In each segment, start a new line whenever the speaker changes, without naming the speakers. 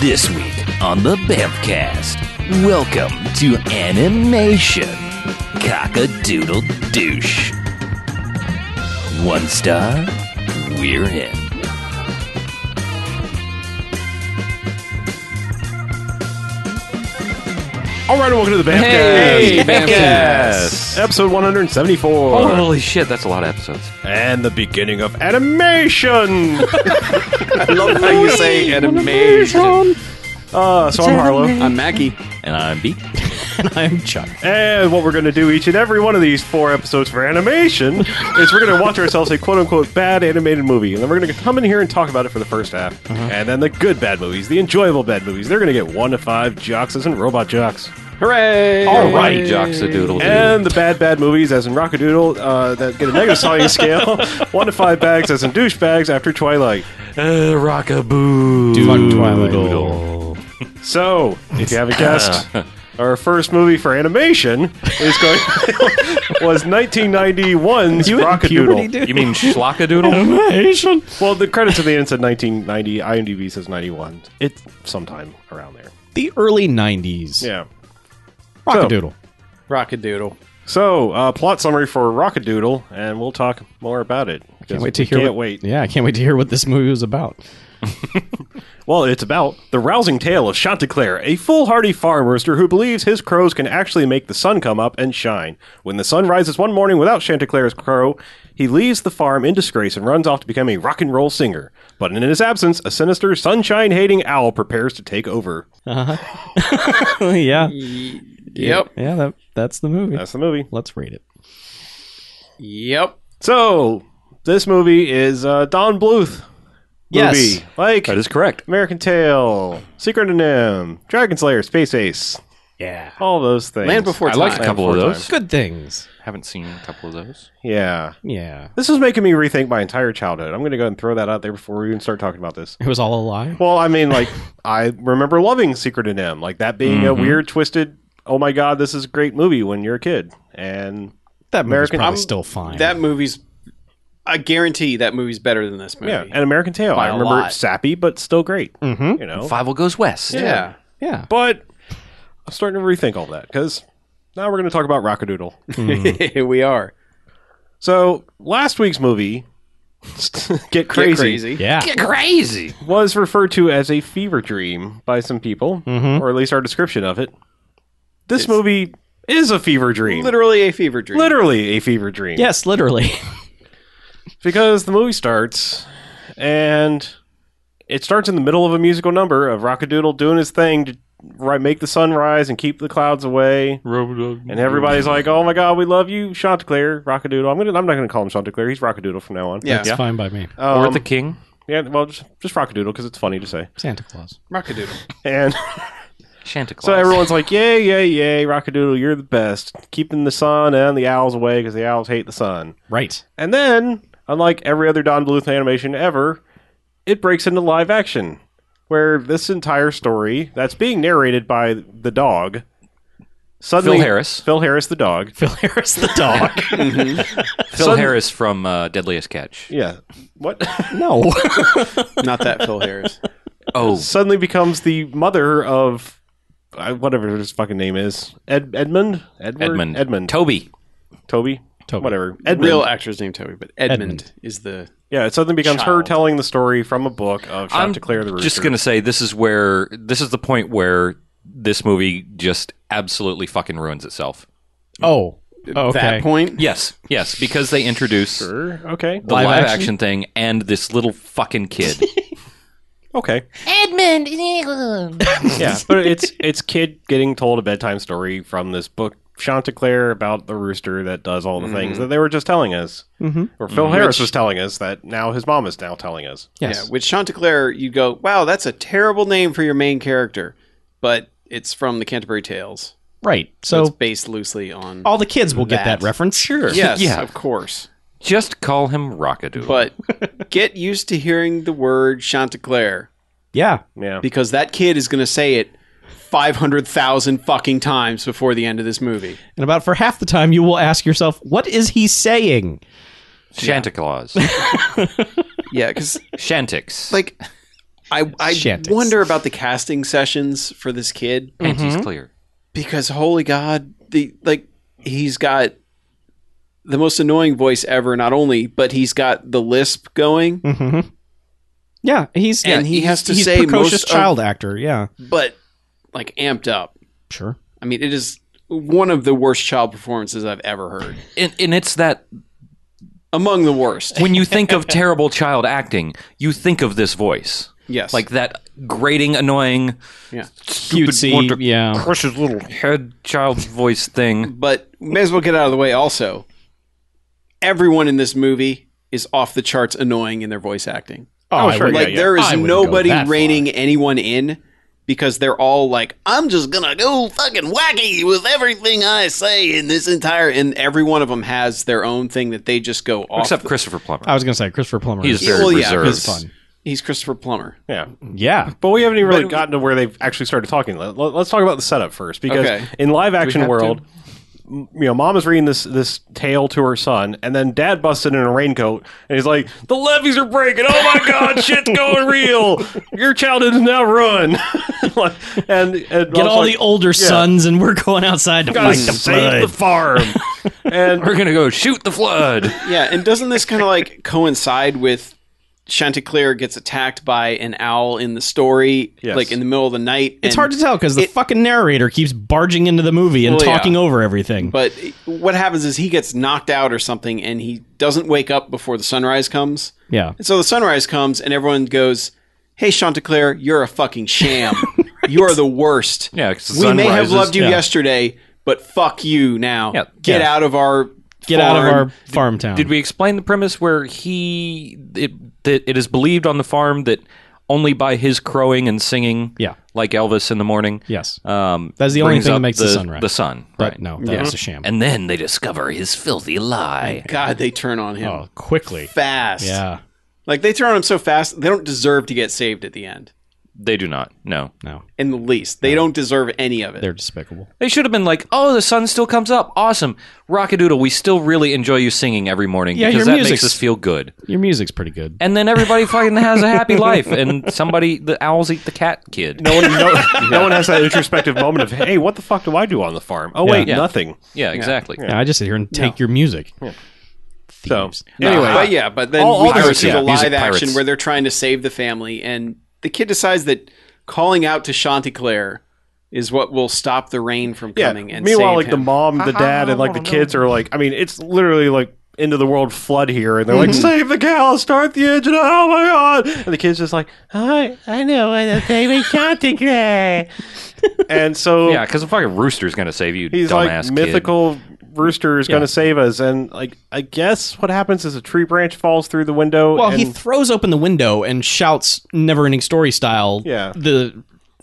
This week on the Bamfcast, welcome to animation. Cock a doodle douche. One star, we're in.
All right, and welcome to the Bamcast.
Hey, Bamcast.
Bamcast. Episode 174.
Holy shit, that's a lot of episodes.
And the beginning of animation.
I love how you say animation.
Uh, so I'm Harlow.
I'm Mackie.
And I'm B.
I'm Chuck.
And what we're going to do each and every one of these four episodes for animation is we're going to watch ourselves a quote unquote bad animated movie. And then we're going to come in here and talk about it for the first half.
Mm-hmm.
And then the good bad movies, the enjoyable bad movies, they're going to get one to five joxes and robot jocks.
Hooray! All right, Joxadoodle.
And the bad bad movies, as in Rockadoodle, uh, that get a negative sawing scale, one to five bags, as in douchebags after Twilight.
Rockaboo.
Fuck Twilight.
So, if you haven't guessed, our first movie for animation is going was 1991's Rockadoodle.
You mean Schlockadoodle?
Animation.
Well, the credits at the end said 1990. IMDb says 91. It's sometime around there.
The early 90s.
Yeah.
Rockadoodle.
Rockadoodle.
So, uh, plot summary for Rockadoodle, and we'll talk more about it.
Can't wait to hear
Can't
what,
wait.
Yeah, I can't wait to hear what this movie was about.
Well, it's about the rousing tale of Chanticleer, a foolhardy farm rooster who believes his crows can actually make the sun come up and shine. When the sun rises one morning without Chanticleer's crow, he leaves the farm in disgrace and runs off to become a rock and roll singer. But in his absence, a sinister, sunshine hating owl prepares to take over.
yeah.
Yep.
Yeah, that, that's the movie.
That's the movie.
Let's rate it.
Yep.
So, this movie is uh, Don Bluth.
Yes.
movie. Like
that is correct.
American Tail, Secret Anim, Dragon Slayer, Space Ace,
Yeah.
all those things.
Land Before
I
Time.
liked a couple of
Four
those.
Good things.
Haven't seen a couple of those.
Yeah.
Yeah.
This is making me rethink my entire childhood. I'm going to go ahead and throw that out there before we even start talking about this.
It was all a lie.
Well, I mean, like, I remember loving Secret and M, like that being a weird, twisted, oh my God, this is a great movie when you're a kid. And
That movie's
American-
probably
I'm-
still fine.
That movie's. I guarantee that movie's better than this movie.
yeah, and American Tail. I
By a
remember
lot.
sappy, but still great.
Mhm.
You know?
Five goes west.
yeah.
yeah.
But I'm starting to rethink all that because now we're going to talk about Rockadoodle.
Mm-hmm.
we are.
so last week's movie, Get
Get
Crazy,
crazy.
Yeah.
Get crazy.
was referred to as a fever dream by some people,
Mm-hmm.
or at least our description of it. This movie is a fever dream.
Literally a fever dream.
literally a fever dream.
Yes, literally.
Because the movie starts and it starts in the middle of a musical number of Rockadoodle doing his thing to ri- make the sun rise and keep the clouds away. And everybody's like, "Oh my god, we love you, Chanticleer, Rockadoodle." I'm gonna, I'm not gonna call him Chanticleer. He's Rockadoodle from now on.
Yeah.
It's fine by me.
Um,
or the king.
yeah. Well, just, just Rockadoodle because it's funny to say.
Santa Claus.
Rockadoodle.
And
Chanticleer.
so everyone's like, "Yay, yay, yay, Rockadoodle, you're the best, keeping the sun and the owls away because the owls hate the sun."
Right.
And then, unlike every other Don Bluth animation ever, it breaks into live action, where this entire story that's being narrated by the dog suddenly
Phil Harris.
Phil Harris the dog,
Phil Harris the dog.
Phil
Sudden-
Harris from uh, Deadliest Catch.
yeah, what
no.
Not that Phil Harris.
Oh,
suddenly becomes the mother of uh, whatever his fucking name is, Ed Edmund Edward?
Edmund.
Edmund
Toby.
Toby.
Toby.
Whatever. Edmund.
Real actor's name Toby, but Edmund,
Edmund.
is the.
yeah, it suddenly becomes her
Child.
telling the story from a book of Shot
I'm
to Clear the Rooster.
just gonna say this is where this is the point where this movie just absolutely fucking ruins itself.
Oh. Okay.
That point.
Yes, yes, because they introduce
Sure, Okay.
the live,
Live
action?
action?
thing and this little fucking kid.
Okay. Edmund. yeah, but it's it's kid getting told a bedtime story from this book Chanticleer about the rooster that does all the
Mm-hmm.
things that they were just telling us, mm-hmm. or Phil Harris was telling us that now his mom is now telling us.
Yes.
Yeah. With Chanticleer, you go, wow, that's a terrible name for your main character, but it's from the Canterbury Tales.
Right.
So it's
So
based loosely on.
all the kids will get
That.
that reference. Sure.
yes,
yeah.
of course.
just call him Rockadoodle.
But get used to hearing the word Chanticleer
Yeah.
Yeah,
because that kid is going to say it 500,000 fucking times before the end of this movie.
And about for half the time, you will ask yourself, what is he saying?
Chanticleers,
Yeah, because
Chantix.
like I, I
Shantix.
wonder about the casting sessions for this kid
And
mm-hmm.
he's clear.
because holy god, the like he's got the most annoying voice ever. Not only, but he's got the lisp going.
Mm-hmm. Yeah, he's
And
yeah,
he
he's-
has to
he's
say
precocious
most of-
child actor. Yeah,
but like amped up.
sure.
I mean, it is one of the worst child performances I've ever heard.
And, and it's that
Among the worst.
when you think of terrible child acting, you think of this voice.
Yes.
Like that grating, annoying,
Yeah.
stupid,
Cutesy,
want to
yeah.
crush his little head child voice thing.
but may as well get out of the way also. Everyone in this movie is off the charts annoying in their voice acting.
Oh, sure,
wouldn't-
yeah,
Like
yeah.
there is
I wouldn't go
nobody
that far.
reining anyone in because they're all like, I'm just gonna go fucking wacky with everything I say in this entire and every one of them has their own thing that they just go off.
Except
the-
Christopher Plummer.
I was gonna say Christopher Plummer.
He's
is-
very
Well, yeah,
reserved.
he's fun.
he's Christopher Plummer.
Yeah.
Yeah,
But we haven't even really gotten to where they've actually started talking. Let, us talk about the setup first, because
Okay.
in live action
have
world, m- you know, mom is reading this this tale to her son, and then dad busts in in a raincoat, and he's like, "The levees are breaking! Oh my god, shit's going real! Your childhood is now ruined!" Like, and, and
get all the older sons, and we're going outside to
Gotta
fight the
save the
flood.
farm, and
We're going to go shoot the flood.
Yeah, and doesn't this kind of like coincide with Chanticleer gets attacked by an owl in the story,
Yes.
like in the middle of the night?
It's hard to tell because the fucking narrator keeps barging into the movie and
Well, yeah.
talking over everything.
But what happens is he gets knocked out or something, and he doesn't wake up before the sunrise comes.
yeah,
And so the sunrise comes, and everyone goes, "Hey, Chanticleer, you're a fucking sham. You're the worst.
Yeah, 'cause the
we
sun
may have
rises."
loved you
Yeah.
yesterday, but fuck you now.
Yeah.
Get
Yeah.
out of our
get out of
farm."
our farm town.
Did we explain the premise where he it that it is believed on the farm that only by his crowing and singing,
Yeah.
like Elvis in the morning,
Yes.
um,
That's the only
brings
thing that
up
makes the sun rise.
The sun,
But
right?
no, that was a sham.
And then they discover his filthy lie.
God, they turn on him
oh, quickly.
fast.
Yeah.
Like they turn on him so fast, they don't deserve to get saved at the end
They do not. No,
No,
in the least. They don't deserve any of it.
they're despicable.
they should have been like, "Oh, the sun still comes up. Awesome, Rockadoodle. We still really enjoy you singing every morning
Yeah,
because
your
that makes
music's-
us feel good."
Your music's pretty good.
And then everybody fucking has a happy life, and somebody the owls eat the cat kid.
no one no, no one has that introspective moment of, "Hey, what the fuck do I do on the farm? Oh wait,
Yeah.
nothing."
Yeah, exactly.
Yeah, I just sit here and take your music.
So
Yeah,
anyway,
but yeah, but then
All-
we
all
go
those-
to
yeah,
the
music
live action
pirates.
where they're trying to save the family, and the kid decides that calling out to Chanticleer is what will stop the rain from coming. And
meanwhile,
save
like the
him.
mom, the dad, and like the kids are like, I mean, it's literally like end of the world flood here, and they're like, save the cow, start the engine, oh my god! And the kids just like, I, I know, I know, baby, Chanticleer. and so
Yeah, because a fucking rooster's gonna save you,
he's
dumbass
like,
kid.
mythical rooster is going to save us, and like, I guess what happens is a tree branch falls through the window.
Well,
and
he throws open the window and shouts "Never Ending Story" style.
Yeah.
The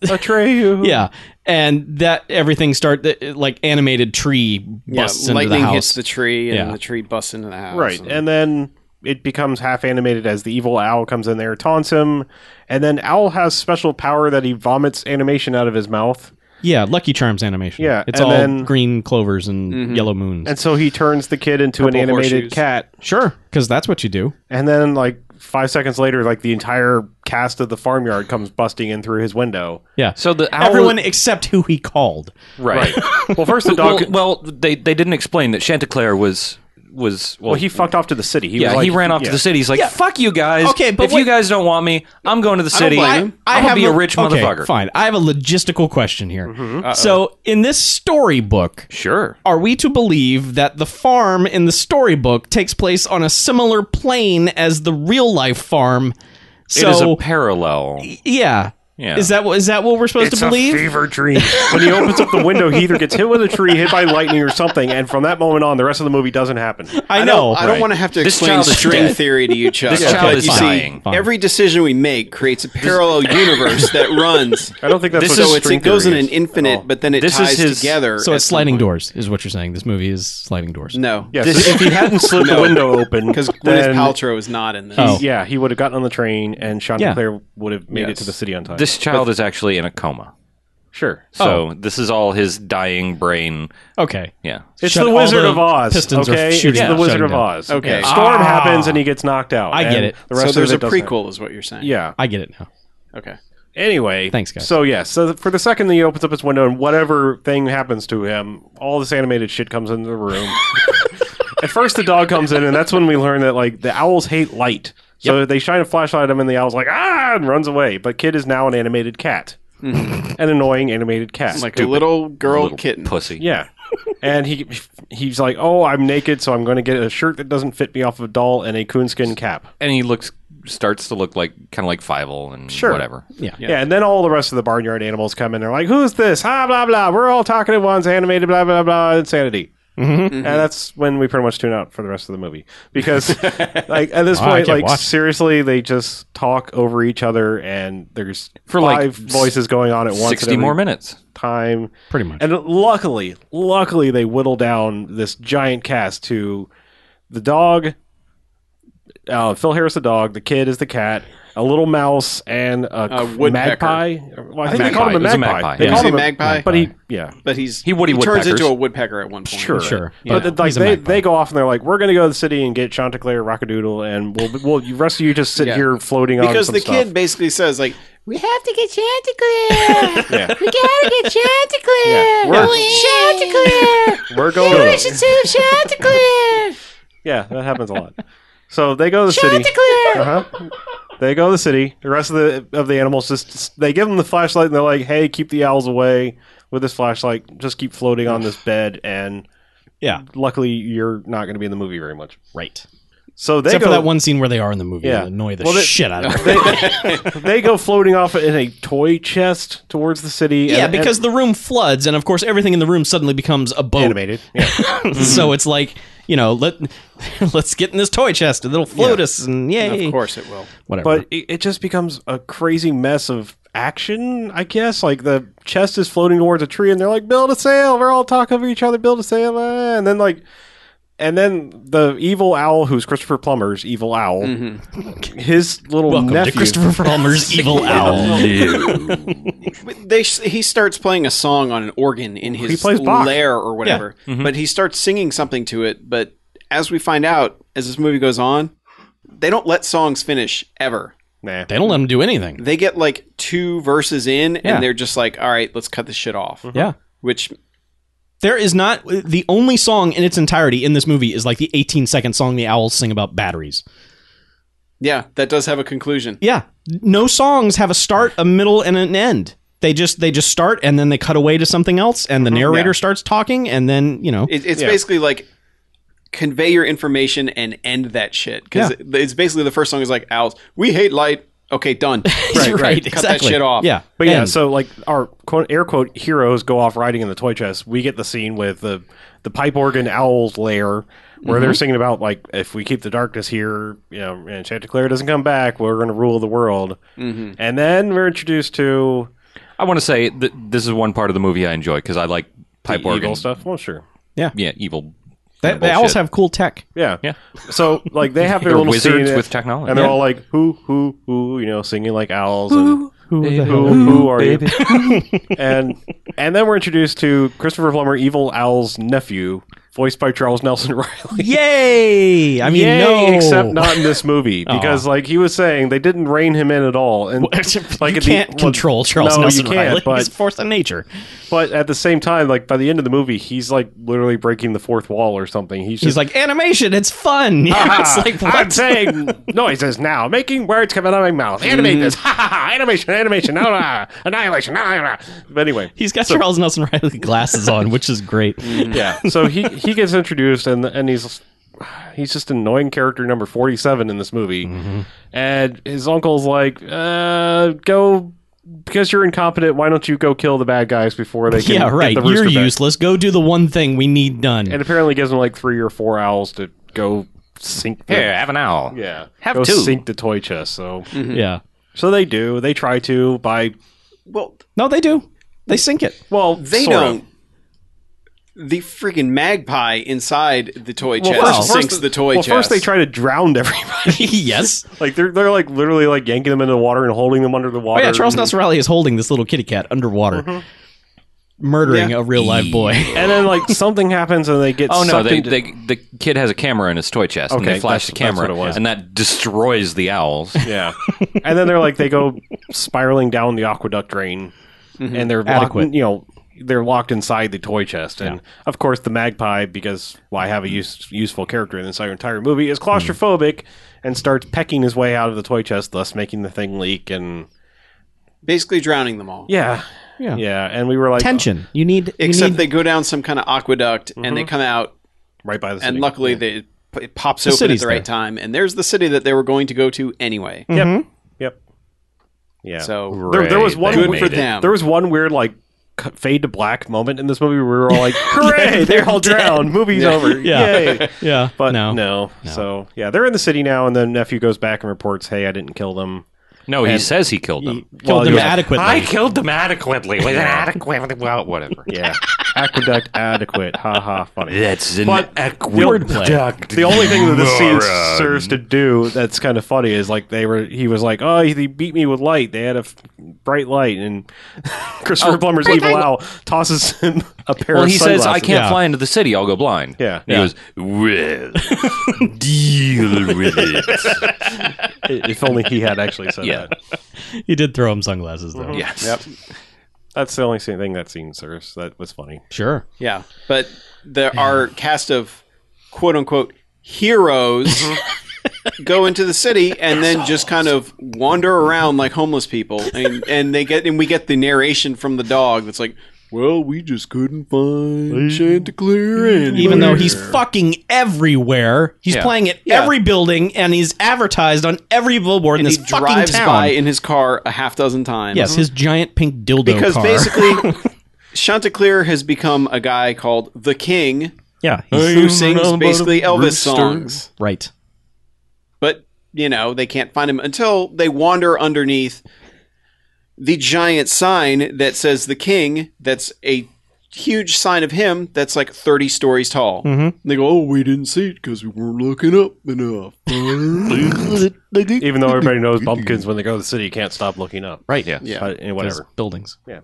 a tree.
yeah, and that everything start the, like animated tree busts into
lightning
the house.
hits the tree, and
Yeah.
the tree busts into the house.
Right.
and-
And then it becomes half animated as the evil owl comes in there, taunts him, and then Owl has special power that he vomits animation out of his mouth.
yeah, Lucky Charms animation.
Yeah,
it's
and
all
then-
green clovers and yellow moons.
And so he turns the kid into an
Purple
animated
horseshoes.
cat.
sure, because that's what you do.
And then like five seconds later, like the entire cast of the farmyard comes busting in through his window.
Yeah.
So the owl,
everyone except who he called.
right?
Well first the
well,
dog well,
well, they they didn't explain that Chanticleer was was well,
he fucked off to the city. He
yeah
was like-
he ran off
yeah.
to the city. He's like,
Yeah.
"Fuck you guys!
Okay, but
if
what-
you guys don't want me, I'm going to the city.
blame
I'm
him.
gonna be a rich
okay,
motherfucker."
Fine. I have a logistical question here. So in this storybook,
Sure.
are we to believe that the farm in the storybook takes place on a similar plane as the real life farm? So
it is a parallel.
yeah.
Yeah.
Is that what is that what we're supposed to believe?
fever dream. when he opens up the window, he either gets hit with a tree, hit by lightning, or something, and from that moment on, the rest of the movie doesn't happen.
I
I
know.
don't, I don't want to have to
This
explain
child is
string
dead.
theory to you, Chuck.
This child
but
is
you
dying.
See, every decision we make creates a parallel universe that runs.
I don't think that's
This
what
is-
So it's,
string
it goes in
theory is
an
at all.
infinite, but then it
This is
ties
his-
together.
so
at
it's
some
sliding
point.
doors is what you're saying. This movie is sliding doors.
No,
Yes, if he hadn't slit the window open,
because Gwyneth
then-
Paltrow is not in this.
Oh.
yeah, he would have gotten on the train, and Sean
Yeah.
Claire would have made it
Yes.
to the city on time.
This child is actually in a coma.
sure,
So
Oh.
this is all his dying brain.
Okay.
Yeah.
it's
Shut
the
all
Wizard
the
of Oz.
pistons are
okay,
shooting-
it's
yeah,
the Wizard
shutting
of
down. Ah.
Oz.
Okay.
storm happens and he gets knocked out.
I get
and
it.
The rest
So
of
there's
it
a
doesn't.
prequel, is what you're saying.
Yeah,
I get it now.
Okay.
Anyway,
Thanks, guys.
So yeah, so for the second that he opens up his window and whatever thing happens to him, all this animated shit comes into the room. At first, the dog comes in, and that's when we learn that like the owls hate light, so they shine a flashlight at him, and the owl's like ah and runs away. But Kid is now an animated cat, an annoying animated cat.
Like a little girl
Little
kitten.
pussy.
Yeah. And he he's like, "Oh, I'm naked, so I'm going to get a shirt that doesn't fit me off of a doll and a coonskin cap."
and he looks starts to look like kind of like Fievel and
Sure.
whatever.
Yeah.
Yeah. and then all the rest of the barnyard animals come in. They're like, "Who's this? Ha blah blah. We're all talking at once. Animated blah blah blah. Insanity." Mm-hmm. And that's when we pretty much tune out for the rest of the movie because, like, at this
Wow, I
point,
can't
like
watch.
seriously, they just talk over each other, and there's
For, like,
five voices going on at once. at
Sixty more
every
minutes.
time.
Pretty much.
And luckily, luckily they whittle down this giant cast to the dog, uh, Phil Harris the dog, the kid is the cat, a little mouse, and a,
A woodpecker.
magpie. Well, I think they
Magpie.
called him a
It was a
magpie.
magpie.
They
Yeah.
called
Is he
him a
magpie?
But he, yeah.
But he's
He Woody
turns
Woodpeckers.
into a woodpecker at one point.
Sure,
Sure.
But
Yeah.
th- like
He's a
they,
magpie.
they go off and they're like, "We're going to go to the city and get Chanticleer, Rockadoodle, and we'll we'll you rest of you just sit
Yeah.
here floating on
Because
some
the
stuff."
kid basically says like,
We have to get Chanticleer.
Yeah.
We gotta get Chanticleer.
Yeah. We're-
Chanticleer.
we're going.
We should save Chanticleer.
Yeah, that happens a lot. So they go to the city.
Chanticleer.
Uh huh. They go to the city. The rest of the of the animals just they give them the flashlight and they're like, "Hey, keep the owls away with this flashlight. Just keep floating on this bed." And
Yeah.
luckily, you're not going to be in the movie very much.
Right.
So they
Except
go
for that one scene where they are in the movie.
Yeah.
Yeah. Annoy the
Well, they-
shit out of me.
they go floating off in a toy chest towards the city.
Yeah,
and- and-
because the room floods, and of course, everything in the room suddenly becomes a boat.
animated. Yeah.
so it's like you know, let let's get in this toy chest, and it'll float us, and yay,
"Of course it will."
whatever.
but it, it just becomes a crazy mess of action i guess like the chest is floating towards a tree and they're like build a sail we're all talking over each other build a sail ah," and then like and then the evil owl who's christopher plummer's evil owl his little
Welcome
nephew
to Christopher Palmer's Evil Owl.
But They he starts playing a song on an organ in his
He plays Bach. Mm-hmm.
lair or whatever, but he starts singing something to it. But as we find out as this movie goes on, they don't let songs finish ever.
nah.
They don't let him do anything.
They get like two verses in,
Yeah.
and they're just like, "All right, let's cut this shit off."
Mm-hmm.
Yeah.
Which
There is not the only song in its entirety in this movie is like the 18 second song the owls sing about batteries.
yeah, that does have a conclusion.
Yeah, no songs have a start, a middle, and an end. They just they just start and then they cut away to something else, and the narrator starts talking, and then you know
It, it's
Yeah.
basically like convey your information and end that shit because
Yeah.
it's basically the first song is like owls. We hate light. Okay, done.
right,
Cut that shit off.
Yeah,
but yeah
And-
so like our quote air quote heroes go off riding in the toy chest we get the scene with the the pipe organ owl's lair where
Mm-hmm.
they're singing about like if we keep the darkness here you know and chanticleer doesn't come back we're going to rule the world
Mm-hmm.
and then we're introduced to
I want to say that this is one part of the movie I enjoy because I like pipe
the
organ
eagle stuff well sure
Yeah, evil.
they,
kinda
they always
bullshit.
have cool tech.
yeah
Yeah.
so like they have their
They're
little
wizards
scene
with technology.
and they're
Yeah.
all like who who who you know singing like owls and
Who the hell?
who, who are you? and and then we're introduced to Christopher Plummer, Evil Owl's nephew, voiced by Charles Nelson Riley.
Yay! I mean,
Yay, Oh.
no,
except not in this movie because, like he was saying, they didn't rein him in at all. And
Like
like
you
at the-
can't
well,
control Charles
no,
Nelson
you can't,
Riley.
But,
He's a force of nature.
but at the same time, like by the end of the movie, he's like literally breaking the fourth wall or something. He's
He's
just
like animation. It's fun. Yeah, it's
"Ah,
like
I'm
what?
saying noises now, making words come out of my mouth. Animate
Mm.
this, ha ha ha! Animation, animation, ah, ah, annihilation, ah, ah. ah. But anyway,
He's got Charles Nelson Riley glasses on, which is great.
yeah. So he he gets introduced and and he's he's just annoying character number forty seven in this movie, and his uncle's like, uh, go because you're incompetent. Why don't you go kill the bad guys before they can
Yeah,
get
right.
the
You're
rooster back?"
useless. Go do the one thing we need done.
And apparently gives him like three or four owls to go sink. The,
Here, have an owl.
yeah,
have
go
two.
sink the toy chest. So
yeah.
so they do. They try to by
Well,
No, they do. They sink it.
well
they
sort of.
don't. The freaking magpie inside the toy
Well,
chest
first,
sinks
first-
the toy
well,
chest.
first they try to drown everybody.
yes.
like they're they're like literally like yanking them into the water and holding them under the
Oh
water.
yeah, Charles Nelson Riley is holding this little kitty cat underwater.
Mm-hmm.
murdering a real live boy.
And then like something happens and they get
Oh no!
sucked
They,
into-
they, the kid has a camera in his toy chest, and
Okay,
they flash
that's-
the
that's
camera,
what it was.
and that destroys the owls.
Yeah. and then they're like they go spiraling down the aqueduct drain
Mm-hmm.
and they're locked,
Adequate.
you know, they're locked inside the toy chest. And of course the magpie because why have a use, useful character in this entire movie is claustrophobic and starts pecking his way out of the toy chest thus making the thing leak and
Basically drowning them all.
yeah.
Yeah.
Yeah, and we were like
Tension. You need. you
Except
need-
they go down some kind of aqueduct and they come out,
right by the
and
city.
luckily they, it p- it pops open at
city's
the right
there.
time, and there's the city that they were going to go to anyway.
Yep. Yep. Yeah.
So
there, there was
Hooray,
one
they
good
weird-
for
made it.
them.
There was one weird like c- fade to black moment in this movie where we were all like, "Hooray! they're all drowned. Movie's over.
Yeah.
Yay!"
yeah.
But
no.
no. So yeah, they're in the city now, and then nephew goes back and reports, "Hey, I didn't kill them.
No, he says he killed them.
Killed them
yeah,
adequately.
killed them adequately with an adequate. Well, whatever.
yeah, aqueduct adequate. Ha ha, funny."
That's an
But-
adequate
The only thing that this scene serves to do that's kind of funny is like they were. He was like, "Oh, he beat me with light. They had a f- bright light." And Christopher Plummer's evil owl tosses him a pair
Oh. Well,
of
he says, "I
sunglasses."
can't
Yeah.
fly into the city. I'll go blind."
Yeah.
He
Yeah.
goes, "Well, deal with it."
If only he had actually said
Yeah.
that.
He did throw him sunglasses
Mm-hmm.
though.
yes.
That's the only scene- thing that scene serves. That was funny.
Sure.
Yeah, but there our cast of quote unquote heroes
Mm-hmm.
go into the city and then just kind of wander around like homeless people, and and they get and we get the narration from the dog that's like, "Well, we just couldn't find Chanticleer anywhere."
Even though he's fucking everywhere, he's
Yeah.
playing at
Yeah.
every building and he's advertised on every billboard in
he
this fucking
drives
town.
by in his car a half dozen times.
yes, his giant pink dildo
because
car.
basically. Chanticleer has become a guy called the King,
yeah, he's
who sings basically Elvis songs.
right.
but you know they can't find him until they wander underneath the giant sign that says the king that's a huge sign of him that's like 30 stories tall And they go oh we didn't see it because we weren't looking up enough
Even though everybody knows bumpkins when they go to the city can't stop looking up.
Right. Yeah.
yeah
But, eh,
Whatever.
whatever.
Buildings.
yeah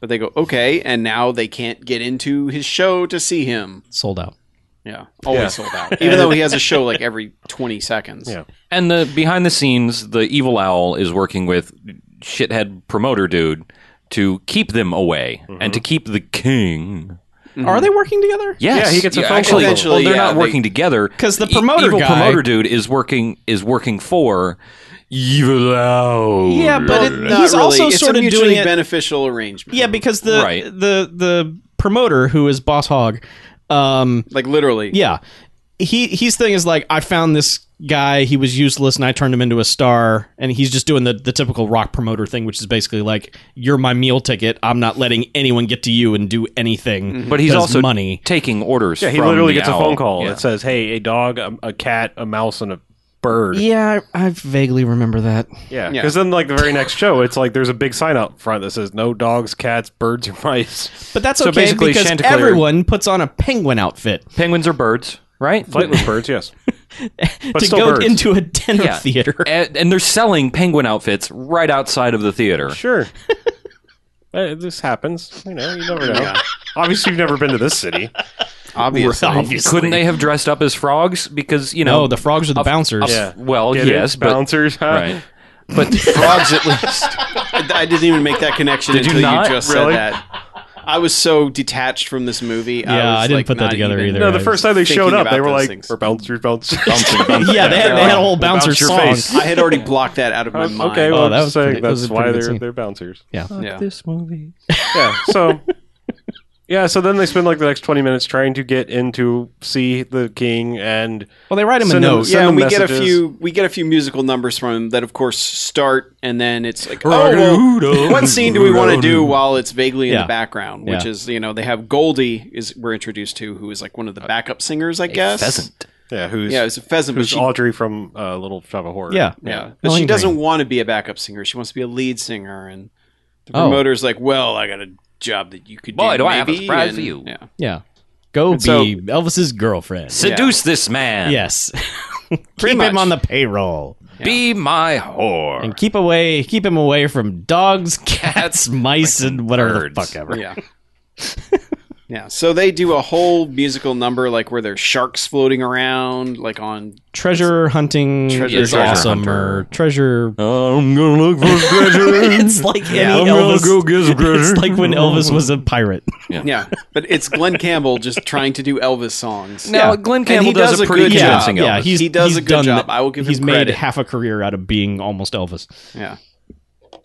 but they go okay and now they can't get into his show to see him
Sold out.
yeah always sold out even though he has a show like every 20 seconds
Yeah.
And the behind the scenes, the evil owl is working with shithead promoter dude to keep them away and
Mm-hmm.
to keep the king.
Are they working together?
Yes,
Yeah, he gets a phone
actually,
call. Eventually,
well, they're
yeah,
not
they-
working together
'Cause the
E-
promoter
evil
guy-
promoter dude is working is working for evil owl.
Yeah, but it,
Not
he's
really.
also
it's
sort
a
of
mutually
doing it.
beneficial arrangement
yeah, because the
Right.
the the promoter who is Boss Hog, um,
like literally
Yeah. He his thing is like I found this guy, he was useless and I turned him into a star and he's just doing the, the typical rock promoter thing which is basically like you're my meal ticket. I'm not letting anyone get to you and do anything.
but he's
Does
also
money.
taking orders.
Yeah, he
from
literally
the
gets
owl.
a phone call
Yeah.
that says, "Hey, a dog, a, a cat, a mouse, and a bird."
Yeah, I, I vaguely remember that.
Yeah, because then like the very next show, it's like there's a big sign out front that says "No dogs, cats, birds, or mice."
But that's
So
okay
basically
because
Chanticleer-
everyone puts on a penguin outfit
penguins are birds, right?
Flightless birds, yes. But
to
still
go
birds.
into a dinner theater.
and, and they're selling penguin outfits right outside of the theater.
sure. Uh, this happens, you know. You never know. Obviously, you've never been to this city.
obviously
Couldn't they have dressed up as frogs? Because you know
No, the frogs are the bouncers.
Yeah.
Well,
Get it?
Oh, yes, but
bouncers. huh?
right. But frogs at least.
I didn't even make that connection
Did you
until
not?
you just
Really?
said that. I was so detached from this movie.
Yeah,
I, was,
I didn't
like,
put that
not
together
even-
either.
No, the
I
first time they
thinking
showed up,
about
they were
those
like,
things.
"We're bouncers, bouncers."
Yeah, they had, they had a whole bouncer
Bounce your
song.
face.
I had already blocked that out of my mind.
Okay, well,
Oh,
I'm
that
just
was
saying
pretty- that was
that's
a
why
pretty good
they're
scene.
they're bouncers.
Yeah.
Yeah.
This movie.
Yeah. So Yeah, so then they spend like the next 20 minutes trying to get in to see the king and
Well, they write him a
Send them-
note.
Yeah,
Send
and we
them
get a
messages.
few we get a few musical numbers from him that of course start and then it's like oh well,
Ra-doo-doo.
what scene do we want to do while it's vaguely in
Yeah.
the background which
Yeah.
is you know they have Goldie is we're introduced to who is like one of the backup singers I guess
Pheasant.
yeah, who's
yeah it's a pheasant but
who's
she,
Audrey from uh, Little Shop of Horror.
Yeah.
Oh,
yeah but
Melanie
she
Green.
doesn't want to be a backup singer she wants to be a lead singer and the
Oh.
promoter's like well I got a job that you could
Boy,
do
do I have a
maybe,"
surprise for
and-
you.
yeah
Yeah. Go be
so-
Elvis's girlfriend.
Seduce this man.
Yes.
Pretty
keep
much.
him on the payroll
Be my whore.
and keep away keep him away from dogs, cats, mice, and whatever the
birds.
fuck ever.
yeah Yeah, so they do a whole musical number like where there's sharks floating around, like on
Treasure hunting
Treasure-
is
treasure Oh.
awesome,
hunter.
or treasure.
I'm gonna look for treasure.
it's like any
I'm gonna
Elvis.
go get some treasure.
It's like when Elvis was a pirate.
yeah, but it's Glenn Campbell just trying to do Elvis songs.
Now,
Yeah.
Glenn
he
Campbell does,
does
a
a
pretty
good job.
convincing Elvis.
Yeah, he's,
He does
he's
a good
done
job.
that.
I will give him
He's made
credit.
half a career out of being almost Elvis.
Yeah.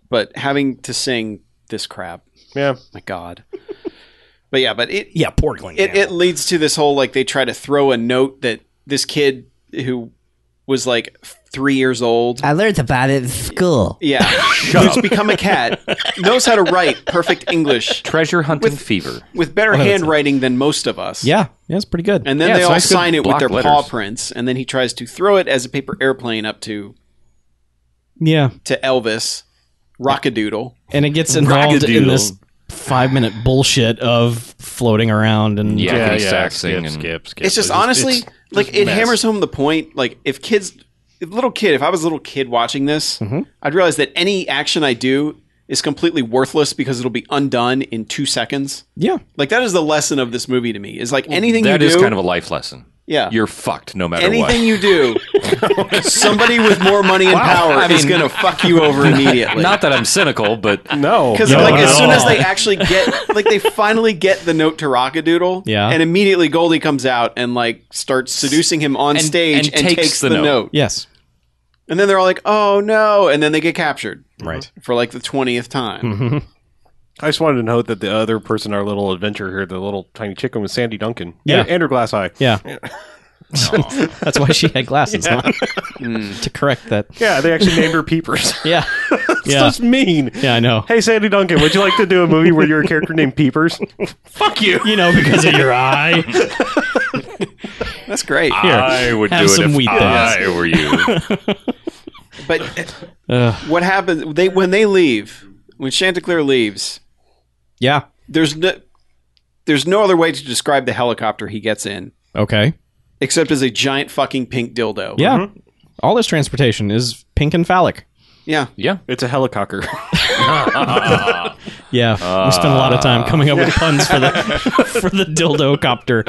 But having to sing this crap,
Yeah.
my god. but yeah, but it
Yeah, poor Glenn.
it, it leads to this whole like they try to throw a note that this kid who was like 3 years old
I learned about it in school.
yeah, who's become a cat, knows how to write perfect English
Treasure hunting fever.
with better handwriting than most of us.
yeah, yeah, it's pretty good.
And then
Yeah,
they
it's
all
nice, good
sign it with
block
their
letters.
paw prints, and then he tries to throw it as a paper airplane up to
yeah,
to Elvis, Rockadoodle.
and it gets involved in
Rockadoodle.
this five minute bullshit of floating around and
Yeah,
Yeah,
yeah,
yeah.
saxing
Skip,
and
skip, skip.
It's just honestly
it's-
like it
mess.
hammers home the point. Like if kids, if little kid, if I was a little kid watching this,
Mm-hmm.
I'd realize that any action I do is completely worthless because it'll be undone in two seconds.
yeah.
Like that is the lesson of this movie to me. Is like anything
That
you
is
do,
kind of a life lesson.
Yeah.
You're fucked no matter
anything you do, somebody with more money and power is going to fuck you over
what.
immediately.
Not that I'm cynical, but
no.
Because
no,
like
not
as
at
soon as
all.
they actually get like they finally get the note to Rockadoodle,
Yeah.
and immediately Goldie comes out and like starts seducing him on
And-
stage
and
and, takes, the, note.
Yes.
and then they're all like, "Oh no!" and then they get captured
Right.
for like the twentieth time.
I just wanted to note that the other person in our little adventure here, the little tiny chicken, was Sandy Duncan.
Yeah.
And, and her glass eye.
Yeah. That's why she had glasses on. to correct that.
Yeah, they actually named her Peepers.
Yeah.
It's
yeah.
just mean.
Yeah, I know.
Hey, Sandy Duncan, would you like to do a movie where you're a character named Peepers? Fuck you.
You know, because of your eye.
That's great.
Ah.
I would
Have
do
some
it if
wheat
I were you.
But
Ugh.
what happens? They when they leave, when Chanticleer leaves,
yeah.
there's no there's no other way to describe the helicopter he gets in
Okay.
except as a giant fucking pink dildo.
Yeah. All this transportation is pink and phallic.
yeah.
yeah.
It's a helicocker.
Yeah, we spent a lot of time coming up with puns for the for the dildo copter.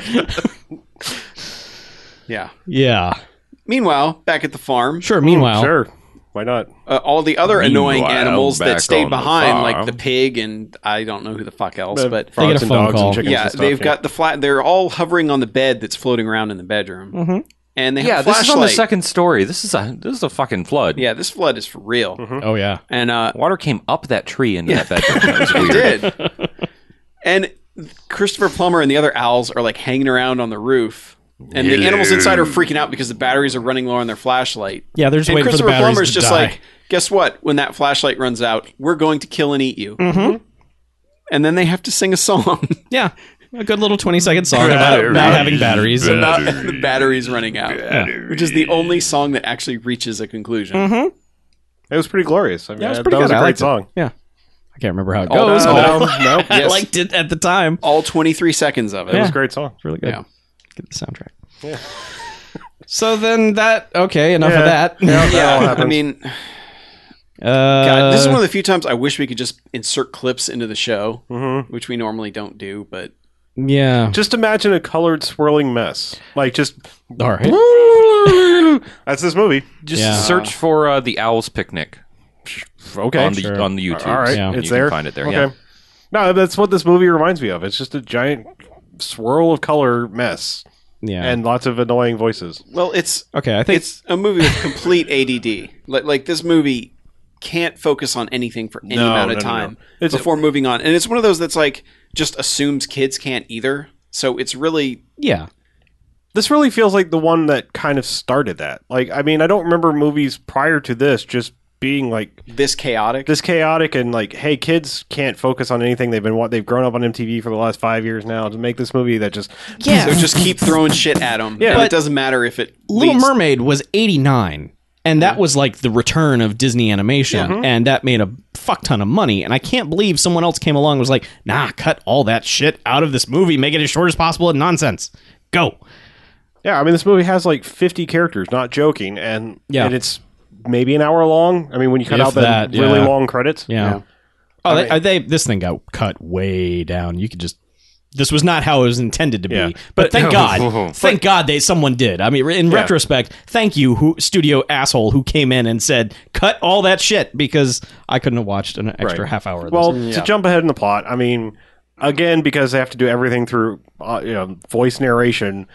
yeah.
Yeah,
Meanwhile, back at the farm,
sure. Meanwhile,
Sure. Why not?
uh, all the other annoying
Meanwhile,
animals
back
that
on
stayed
the
behind,
farm.
like the pig and I don't know who the fuck else, but
They get
frogs
a
and
phone
dogs
call.
and chickens
yeah,
and stuff,
they've got the flat. They're all hovering on the bed that's floating around in the bedroom, and they
Mm-hmm.
have
Yeah,
flashlight.
this is on the second story. This is a this is a fucking flood.
Yeah, this flood is for real,
Mm-hmm.
oh yeah,
and uh,
Water came up that tree into that bedroom. That was
it
weird.
did. and Christopher Plummer and the other owls are like hanging around on the roof. And the animals inside are freaking out because the batteries are running low on their flashlight.
Yeah, they're just
and
waiting for the
Christopher
batteries
Plummer's
to
just
die.
like, guess what? When that flashlight runs out, we're going to kill and eat you. Mm-hmm. And then they have to sing a song
yeah. A good little twenty second song about not having batteries. and-
about the batteries running out, which is the only song that actually reaches a conclusion.
Mm-hmm.
It was pretty glorious. I mean,
Yeah, it was
that-
pretty
that was
good.
a
I
great
liked it.
song.
yeah, I can't remember how it
All-
goes.
no,
but
no, no,
I
yes.
liked it at the time.
all 23 seconds of it.
It was a great song.
It's really good.
Yeah.
Get the soundtrack. Yeah. So then that okay, enough
Yeah.
of that.
all
Yeah, I
happens.
mean,
Uh,
God, this is one of the few times I wish we could just insert clips into the show,
Mm-hmm.
which we normally don't do. But
yeah.
Just imagine a colored swirling mess. Like, just.
All right.
That's this movie.
Just
Yeah.
search for uh, the Owl's Picnic
Okay.
on the
Sure.
on the YouTube.
All right.
Yeah.
It's
you
there.
Can find it there.
Okay.
Yeah.
No, that's what this movie reminds me of. It's just a giant swirl of color mess
Yeah.
and lots of annoying voices.
well, it's
okay, I think
it's a movie with complete ADD. Like like this movie can't focus on anything for any
No,
amount of
no, no, no.
time
It's-
before moving on, and it's one of those that's like just assumes kids can't either. So it's really
yeah.
This really feels like the one that kind of started that. Like, I mean, I don't remember movies prior to this just being like
this chaotic.
this chaotic and like, hey, kids can't focus on anything. They've been what they've grown up on MTV for the last five years now to make this movie that just
yeah. So just keep throwing shit at them. Yeah,
But-
it doesn't matter if it
Little
leads-
Mermaid was 89 and that was like the return of Disney animation and that made a fuck ton of money and I can't believe someone else came along and was like, "Nah, cut all that shit out of this movie, make it as short as possible and nonsense." Go.
yeah. I mean, this movie has like fifty characters, not joking, and
Yeah.
and it's maybe an hour long. I mean, when you cut
If
out the
that,
really
yeah. uh,
long credits,
Yeah. Oh, they, they this thing got cut way down. You could just this was not how it was intended to be.
Yeah.
But, thank God, thank God they someone did. I mean, in retrospect, thank you, who studio asshole who came in and said cut all that shit because I couldn't have watched an extra
Right.
half hour. Of
Well,
this.
to jump ahead in the plot, I mean, again, because they have to do everything through uh, you know, voice narration.